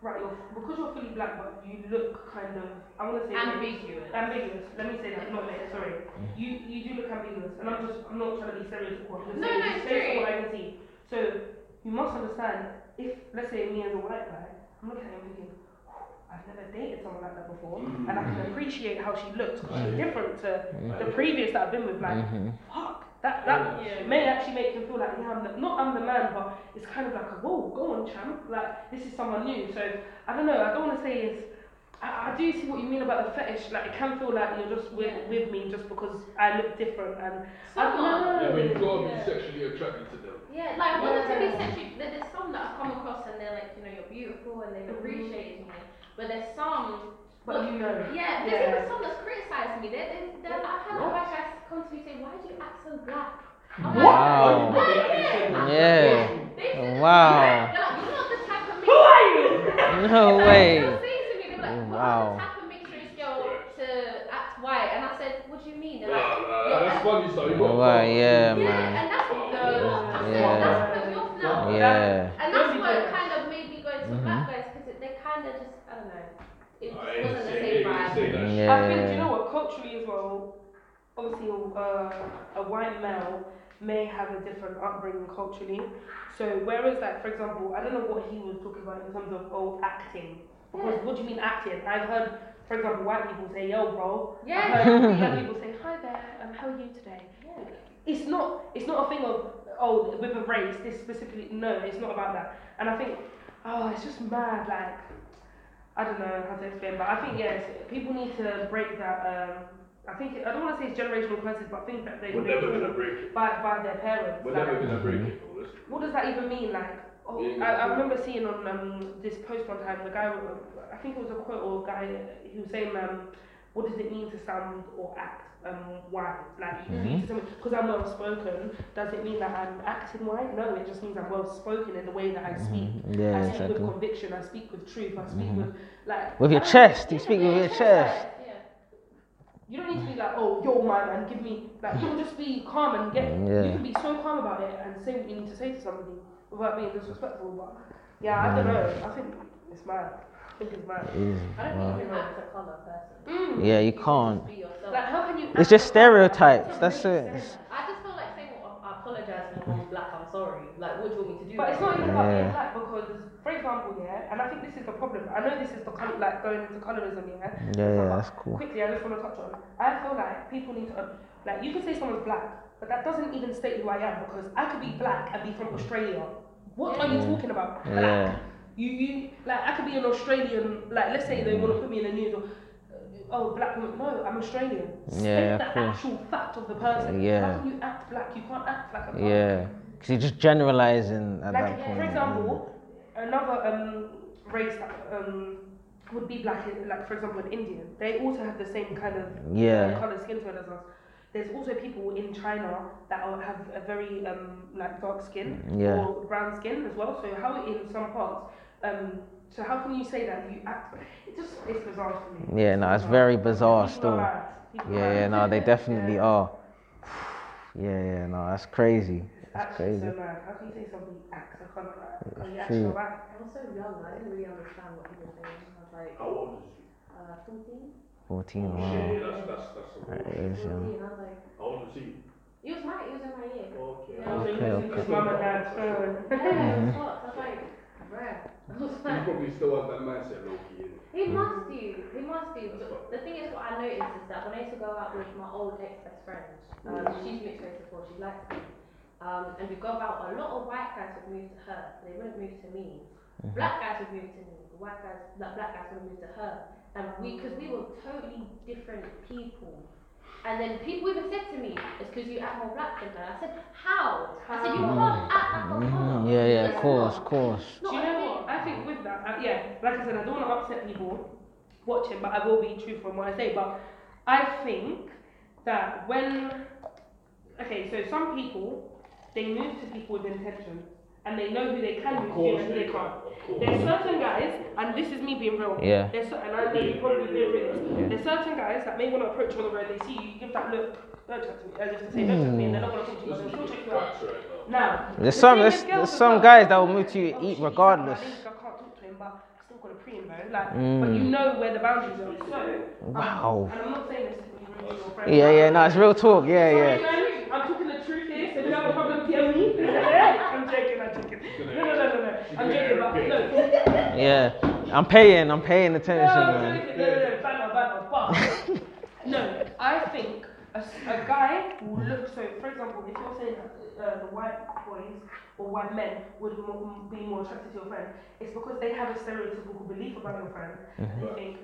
[SPEAKER 3] right, you're, because you're fully black, but you look kind of I want to say
[SPEAKER 4] Ambiguous.
[SPEAKER 3] ambiguous. Let me say that, not later. Sorry, you you do look ambiguous, and I'm just I'm not trying to be stereotypical. I'm just
[SPEAKER 4] No,
[SPEAKER 3] saying,
[SPEAKER 4] no,
[SPEAKER 3] just
[SPEAKER 4] it's
[SPEAKER 3] based on
[SPEAKER 4] true.
[SPEAKER 3] what I can see. So you must understand if let's say me as a white guy, I'm looking at him thinking. I've never dated someone like that before, and I can appreciate how she looks because she's different to the previous that I've been with. Like,
[SPEAKER 1] Mm-hmm.
[SPEAKER 3] fuck, that that
[SPEAKER 6] Yeah.
[SPEAKER 3] may actually make him feel like yeah, I'm the, not I'm the man, but it's kind of like a whoa, go on, champ. Like this is someone new. So I don't know. I don't want to say it's. I, I do see what you mean about the fetish. Like it can feel like you're just with with me just because I look different and I don't
[SPEAKER 4] Someone.
[SPEAKER 3] know.
[SPEAKER 6] Yeah, but you gotta be
[SPEAKER 4] Yeah.
[SPEAKER 6] sexually attracted to them.
[SPEAKER 4] Yeah, like I wanted to be
[SPEAKER 3] Uh, Yeah.
[SPEAKER 4] sexually. there- There's some that I've come across and they're like, you know, you're beautiful and they've
[SPEAKER 3] Mhm.
[SPEAKER 4] appreciated me. But there's some.
[SPEAKER 3] But you know.
[SPEAKER 4] Yeah, there's
[SPEAKER 3] Yeah.
[SPEAKER 4] even some that's criticised me. They, they, they, I've had a white guy come to me saying, why do you act so black? I'm like,
[SPEAKER 1] Wow.
[SPEAKER 4] "Why?" Yeah.
[SPEAKER 1] Yeah.
[SPEAKER 4] They said,
[SPEAKER 1] Oh, Wow.
[SPEAKER 4] They're like, you're not the type of
[SPEAKER 3] Who
[SPEAKER 4] mixed
[SPEAKER 3] are you?
[SPEAKER 1] No way. Wow.
[SPEAKER 4] Wow. To act white, and I said, What do you mean? They're like,
[SPEAKER 6] Nah, that's funny stuff. You gotta
[SPEAKER 1] Oh, wow, yeah,
[SPEAKER 4] yeah,
[SPEAKER 1] man.
[SPEAKER 4] and that's what put me off. I said,
[SPEAKER 1] Yeah.
[SPEAKER 4] That's put me off now.
[SPEAKER 1] Yeah. Mm-hmm.
[SPEAKER 4] And that's what kind of made me go into black guys because they kind of just, I don't know, it
[SPEAKER 6] I ain't
[SPEAKER 4] wasn't the
[SPEAKER 6] saying
[SPEAKER 4] same
[SPEAKER 6] that,
[SPEAKER 4] vibe.
[SPEAKER 6] you say that shit.
[SPEAKER 3] I think you know
[SPEAKER 1] Yeah.
[SPEAKER 3] what culturally as well. Obviously, uh, a white male may have a different upbringing culturally. So whereas, like for example, I don't know what he was talking about in terms of oh acting. Because what do you mean acting? I've heard, for example, white people say yo bro. I've
[SPEAKER 4] Yeah,
[SPEAKER 3] heard young people say hi there. Um, how are you today? It's not. It's not a thing of oh with a race. This specifically. No, it's not about that. And I think oh it's just mad like. I don't know how to explain, but I think yes, people need to break that. Um, I think I don't want to say it's generational curses, but things that they
[SPEAKER 6] We're never gonna break it.
[SPEAKER 3] by by their parents.
[SPEAKER 6] We're
[SPEAKER 3] like,
[SPEAKER 6] never gonna break it. bro. That's-
[SPEAKER 3] what does that even mean? Like, oh,
[SPEAKER 6] Yeah,
[SPEAKER 3] I, I
[SPEAKER 6] yeah.
[SPEAKER 3] remember seeing on um, this post one time, the guy, I think it was a quote or a guy, he was saying, um, what does it mean to sound or act um, white? Like,
[SPEAKER 1] Mm-hmm.
[SPEAKER 3] because I'm well spoken, does it mean that I'm acting white? No, it just means I'm well spoken in the way that I speak.
[SPEAKER 1] Mm-hmm. Yeah,
[SPEAKER 3] I speak
[SPEAKER 1] exactly. Mm-hmm.
[SPEAKER 3] with conviction, I speak with truth, I speak with, like, ah,
[SPEAKER 1] With your
[SPEAKER 3] I don't-
[SPEAKER 1] chest. You speak with your chest.
[SPEAKER 3] you don't need to be like, oh, yo, my man, give me. Like, you can just be calm and get. You
[SPEAKER 1] Mm, Yeah.
[SPEAKER 3] can be so calm about it and say what you need to say to somebody without being disrespectful. But yeah, I don't
[SPEAKER 1] Mm.
[SPEAKER 3] know. I think it's mad. I think it's mad.
[SPEAKER 4] I don't think you can act a colour person.
[SPEAKER 3] Mm.
[SPEAKER 1] Yeah, you can't.
[SPEAKER 4] Be yourself.
[SPEAKER 3] Like, how can you?
[SPEAKER 1] It's just stereotypes. That's it.
[SPEAKER 4] I just feel like saying, well, I apologise for being black, I'm sorry. Like, what do you want me to do?
[SPEAKER 3] But it's not even about being
[SPEAKER 1] Yeah.
[SPEAKER 3] black because, for example, yeah, and I think this is the problem. I know this is the kind like going into colorism, yeah.
[SPEAKER 1] Yeah, yeah,
[SPEAKER 3] But
[SPEAKER 1] that's cool.
[SPEAKER 3] Quickly, I just want to touch on. I feel like people need to, um, like, you can say someone's black, but that doesn't even state who I am because I could be black and be from Australia. What are you talking about? Black.
[SPEAKER 1] Yeah.
[SPEAKER 3] You, you, like, I could be an Australian. Like, let's say they want to put me in the news. Or, oh, black woman. No, I'm Australian.
[SPEAKER 1] Yeah,
[SPEAKER 3] State
[SPEAKER 1] of
[SPEAKER 3] the
[SPEAKER 1] course.
[SPEAKER 3] actual fact of the person.
[SPEAKER 1] Yeah.
[SPEAKER 3] How can you act black? You can't act like a black
[SPEAKER 1] Yeah. Because you're just generalizing at
[SPEAKER 3] like
[SPEAKER 1] that
[SPEAKER 3] for
[SPEAKER 1] point.
[SPEAKER 3] example, another um, race that um, would be black, like for example, an Indian. They also have the same kind of
[SPEAKER 1] Yeah.
[SPEAKER 3] color skin tone as us. There's also people in China that are, have a very um, like dark skin
[SPEAKER 1] Yeah.
[SPEAKER 3] or brown skin as well. So how in some parts, um, so how can you say that you act? It just it's bizarre to me.
[SPEAKER 1] Yeah, no, it's very bizarre
[SPEAKER 3] People are
[SPEAKER 1] still.
[SPEAKER 3] mad. People are
[SPEAKER 1] Yeah, yeah,
[SPEAKER 3] mad.
[SPEAKER 1] no, they definitely
[SPEAKER 3] Yeah.
[SPEAKER 1] are. Yeah, yeah, no, that's crazy. That's
[SPEAKER 3] Actually,
[SPEAKER 1] crazy.
[SPEAKER 3] so mad. How can you say something acts? I can't like, oh, you
[SPEAKER 1] True.
[SPEAKER 3] actually act.
[SPEAKER 4] I was so young, I didn't really understand what he was saying. I was like,
[SPEAKER 6] How old is you?
[SPEAKER 4] uh, 14?
[SPEAKER 1] 14, wow.
[SPEAKER 6] Shit, that's that's that's.
[SPEAKER 1] That
[SPEAKER 6] a-
[SPEAKER 1] is, um,
[SPEAKER 4] I was like,
[SPEAKER 6] How old is he?
[SPEAKER 4] He was right, he was in my ear.
[SPEAKER 6] Okay.
[SPEAKER 4] Yeah.
[SPEAKER 1] Okay, okay.
[SPEAKER 3] His mum and dad.
[SPEAKER 4] Yeah, it was hot. I was like, bro, man. I was
[SPEAKER 6] You
[SPEAKER 4] like,
[SPEAKER 6] probably still have that mindset, Loki, innit?
[SPEAKER 4] He
[SPEAKER 1] Hmm.
[SPEAKER 4] must do. He must do. But the thing is, what I noticed is that when I used to go out with my old ex best friend, um,
[SPEAKER 1] Hmm.
[SPEAKER 4] she's mixed race before, she's like me. Um, and we go out, a lot of white guys would move to her, they wouldn't move to me.
[SPEAKER 1] Mm-hmm.
[SPEAKER 4] Black guys would move to me, white guys, like, black guys would move to her. And we, because we were totally different people. And then people even said to me, it's because you act more black than her. I said, how? I said, you can't act like a
[SPEAKER 1] Mm,
[SPEAKER 4] colour.
[SPEAKER 1] Hmm. Yeah, yeah,
[SPEAKER 4] It's
[SPEAKER 1] of course,
[SPEAKER 4] not-
[SPEAKER 1] of course.
[SPEAKER 4] not
[SPEAKER 3] Do you
[SPEAKER 4] a
[SPEAKER 3] know
[SPEAKER 4] thing."
[SPEAKER 3] what? I think with that, uh, yeah, like I said, I don't want to upset people watching, but I will be truthful in what I say. But I think that when, okay, so some people, they move to people with intention and they know who they can move to and who they can't. There's certain guys, and this is me being real.
[SPEAKER 1] Yeah.
[SPEAKER 3] There's cer- and I know you probably being real. There's certain guys that may want to approach you on the road. They see you, you give that look. Don't touch me. As if to say, don't touch me, and they're not gonna talk to you. But they'll still check you out. Now,
[SPEAKER 1] There's
[SPEAKER 3] the
[SPEAKER 1] some-
[SPEAKER 3] thing with
[SPEAKER 1] there's-
[SPEAKER 3] girls
[SPEAKER 1] there's
[SPEAKER 3] as
[SPEAKER 1] some
[SPEAKER 3] well.
[SPEAKER 1] guys that will move to you and
[SPEAKER 3] Oh,
[SPEAKER 1] eat
[SPEAKER 3] shit, he's
[SPEAKER 1] regardless.
[SPEAKER 3] not my link, I can't talk to him, but I still gotta pre him, though. Like, but you know where the boundaries are. So,
[SPEAKER 1] Mm.
[SPEAKER 3] um,
[SPEAKER 1] Wow.
[SPEAKER 3] And I'm not saying this to be rude to your friend.
[SPEAKER 1] Yeah, yeah, no, it's real talk. Yeah,
[SPEAKER 3] Sorry,
[SPEAKER 1] yeah.
[SPEAKER 3] guys, I'm talking the truth here, so if you have a problem, PM me. I'm joking, I'm joking. No, no, no, no, no. I'm joking, but no.
[SPEAKER 1] Yeah. I'm paying, I'm paying attention,
[SPEAKER 3] No,
[SPEAKER 1] man.
[SPEAKER 3] no, no, no, banner, banner, but no, I think a, s- a guy will look so. For example, if you're saying that uh, the white boys or white men would be more, be more attracted to your friend, it's because they have a stereotypical belief about your friend.
[SPEAKER 1] Mm-hmm.
[SPEAKER 3] They think,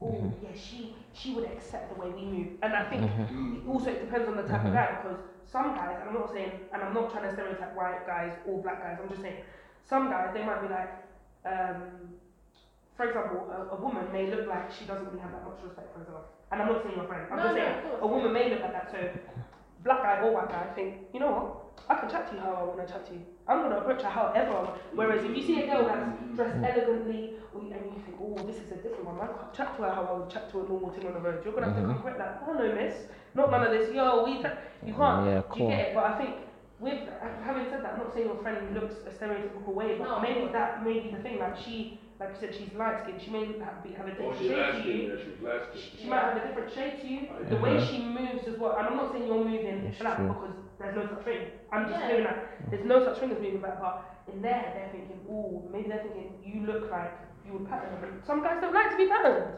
[SPEAKER 3] oh yeah, she she would accept the way we move, and I think
[SPEAKER 1] Mm-hmm.
[SPEAKER 3] also it depends on the type of guy because some guys, and I'm not saying, and I'm not trying to stereotype white guys or black guys. I'm just saying some guys they might be like. Um, for example, a, a woman may look like she doesn't really have that much respect for herself. And I'm not saying your friend. I'm
[SPEAKER 4] No,
[SPEAKER 3] just
[SPEAKER 4] no,
[SPEAKER 3] saying
[SPEAKER 4] of course.
[SPEAKER 3] a woman may look like that. So, black guy or white guy, I think, you know what? I can chat to you how I want to chat to you. I'm going to approach her however. I want. Whereas if you see a girl that's dressed elegantly or you- and you think, oh, this is a different one, I can't chat to her how I would chat to a normal thing on the road. You're going to have to come correct that. Oh, no, miss. Not none of this. Yo, we. ta-" You can't.
[SPEAKER 1] Yeah,
[SPEAKER 3] You
[SPEAKER 1] cool.
[SPEAKER 3] get it? But I think. With having said that, I'm not saying your friend looks a stereotypical way, but
[SPEAKER 4] No.
[SPEAKER 3] maybe that may be the thing. Like she, like you said, she's light skinned. She may have, be, have a different shade to you. She might have a different shade to you. The way she moves as well. And I'm not saying you're moving
[SPEAKER 1] It's
[SPEAKER 3] black
[SPEAKER 1] true.
[SPEAKER 3] because there's no such thing. I'm just
[SPEAKER 4] Yeah.
[SPEAKER 3] saying that there's no such thing as moving black. But in there, they're thinking, oh, maybe they're thinking you look like you would pattern. me." Some guys don't like to be patterned.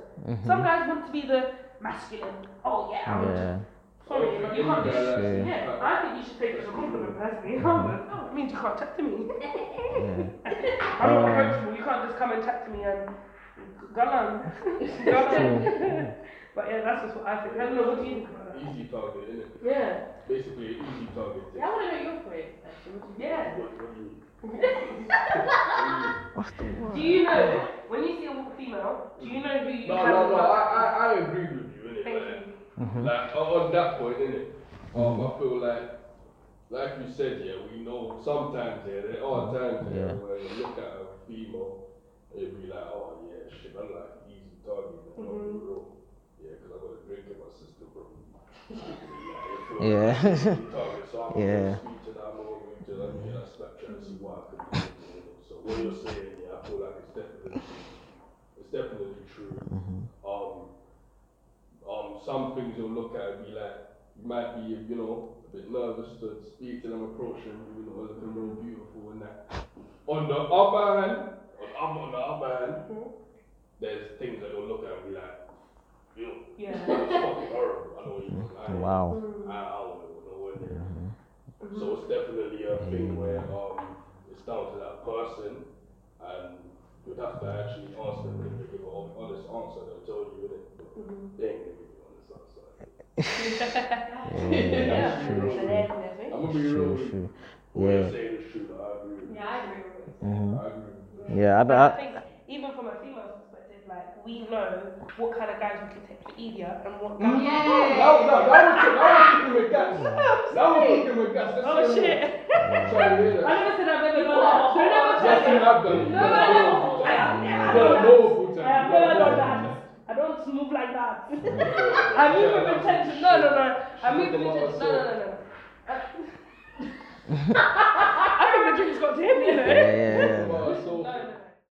[SPEAKER 3] Some guys want to be the masculine. Oh yeah, I'm
[SPEAKER 1] Mm-hmm. Yeah.
[SPEAKER 3] Sorry, but you can't do
[SPEAKER 1] Shit.
[SPEAKER 3] Yeah, I think you should take it as a compliment personally.
[SPEAKER 6] Mm-hmm.
[SPEAKER 3] Oh, it means you can't chat to me. I'm not
[SPEAKER 6] Uh,
[SPEAKER 3] approachable. You can't just come and chat to me and go on. Go on. but yeah, that's just what I think. I don't know what do you think about that.
[SPEAKER 6] Easy target, innit?
[SPEAKER 3] Yeah,
[SPEAKER 6] Basically, an easy target.
[SPEAKER 4] Yeah, I want to know your thoughts, actually. What do you
[SPEAKER 3] yeah.
[SPEAKER 6] What, what do you
[SPEAKER 3] Do you know when you see a female? Do you know who you
[SPEAKER 6] No,
[SPEAKER 3] have
[SPEAKER 6] no,
[SPEAKER 3] in
[SPEAKER 6] no.
[SPEAKER 3] mind?
[SPEAKER 6] I, I, I agree with you, innit?
[SPEAKER 3] Thank
[SPEAKER 6] like,
[SPEAKER 3] you. Mm-hmm.
[SPEAKER 6] Like on on that point, innit? Um, I feel like, like you said, yeah, we know sometimes, yeah, there are times yeah,
[SPEAKER 1] Yeah.
[SPEAKER 6] where you look at a female and you be like, oh yeah, shit, I'm like easy target, man. I'm
[SPEAKER 3] Mm-hmm.
[SPEAKER 6] real. Yeah, 'cause I got a drink in my system, bro.
[SPEAKER 1] Yeah.
[SPEAKER 6] Target, so I'm
[SPEAKER 1] Yeah.
[SPEAKER 6] yeah. Speech and I'm over it, and I'm here, I Snapchat and see what I can do. you know. So what you're saying, yeah, I feel like it's definitely, it's definitely true. Um, um, some things you'll look at and be like, you might be, you know, a bit nervous to speak to them, approach them, you know, looking real beautiful and that. On the other hand, on the, other- on the other hand, there's things that you'll look at and be like, yo,
[SPEAKER 3] Yeah.
[SPEAKER 6] that's fucking horrible. I don't even
[SPEAKER 1] Mm-hmm.
[SPEAKER 6] like it.
[SPEAKER 1] Wow.
[SPEAKER 6] I, I don't know what it is.
[SPEAKER 3] Mm-hmm.
[SPEAKER 6] So it's definitely a thing where um, it's down to that person, and you'd have to actually ask them if they give an honest answer. They'll tell you it.
[SPEAKER 3] Mm-hmm.
[SPEAKER 6] They ain't gonna give you an honest answer.
[SPEAKER 3] Yeah.
[SPEAKER 4] think? But then there's me.
[SPEAKER 6] I'm gonna be real. with
[SPEAKER 1] True,
[SPEAKER 6] you. What
[SPEAKER 1] Yeah.
[SPEAKER 6] you're saying is true. I agree. with you.
[SPEAKER 4] Yeah, I agree with you.
[SPEAKER 6] I agree. with
[SPEAKER 1] Yeah, I,
[SPEAKER 3] I
[SPEAKER 1] I,
[SPEAKER 3] think even from a female's perspective, like we know what kind of guys we can take for easier and what
[SPEAKER 6] Mm-hmm.
[SPEAKER 3] guys.
[SPEAKER 6] you.
[SPEAKER 4] Yeah.
[SPEAKER 6] Now, now, now we're cooking with gas. Now we're cooking with gas. That's
[SPEAKER 3] Oh
[SPEAKER 6] the-
[SPEAKER 3] shit!
[SPEAKER 6] I'm trying to hear
[SPEAKER 3] I
[SPEAKER 6] that.
[SPEAKER 3] never said I've ever done that. I never
[SPEAKER 6] Yes, you
[SPEAKER 3] said
[SPEAKER 6] have done. it.
[SPEAKER 3] No, no, no. I have never done that.
[SPEAKER 6] You got a low
[SPEAKER 3] I have never done that. I don't move like that. I move with intention. No, no, no. I move with intention. No, no, no, no. I I don't think the drink's got to him, you know.
[SPEAKER 1] yeah, yeah,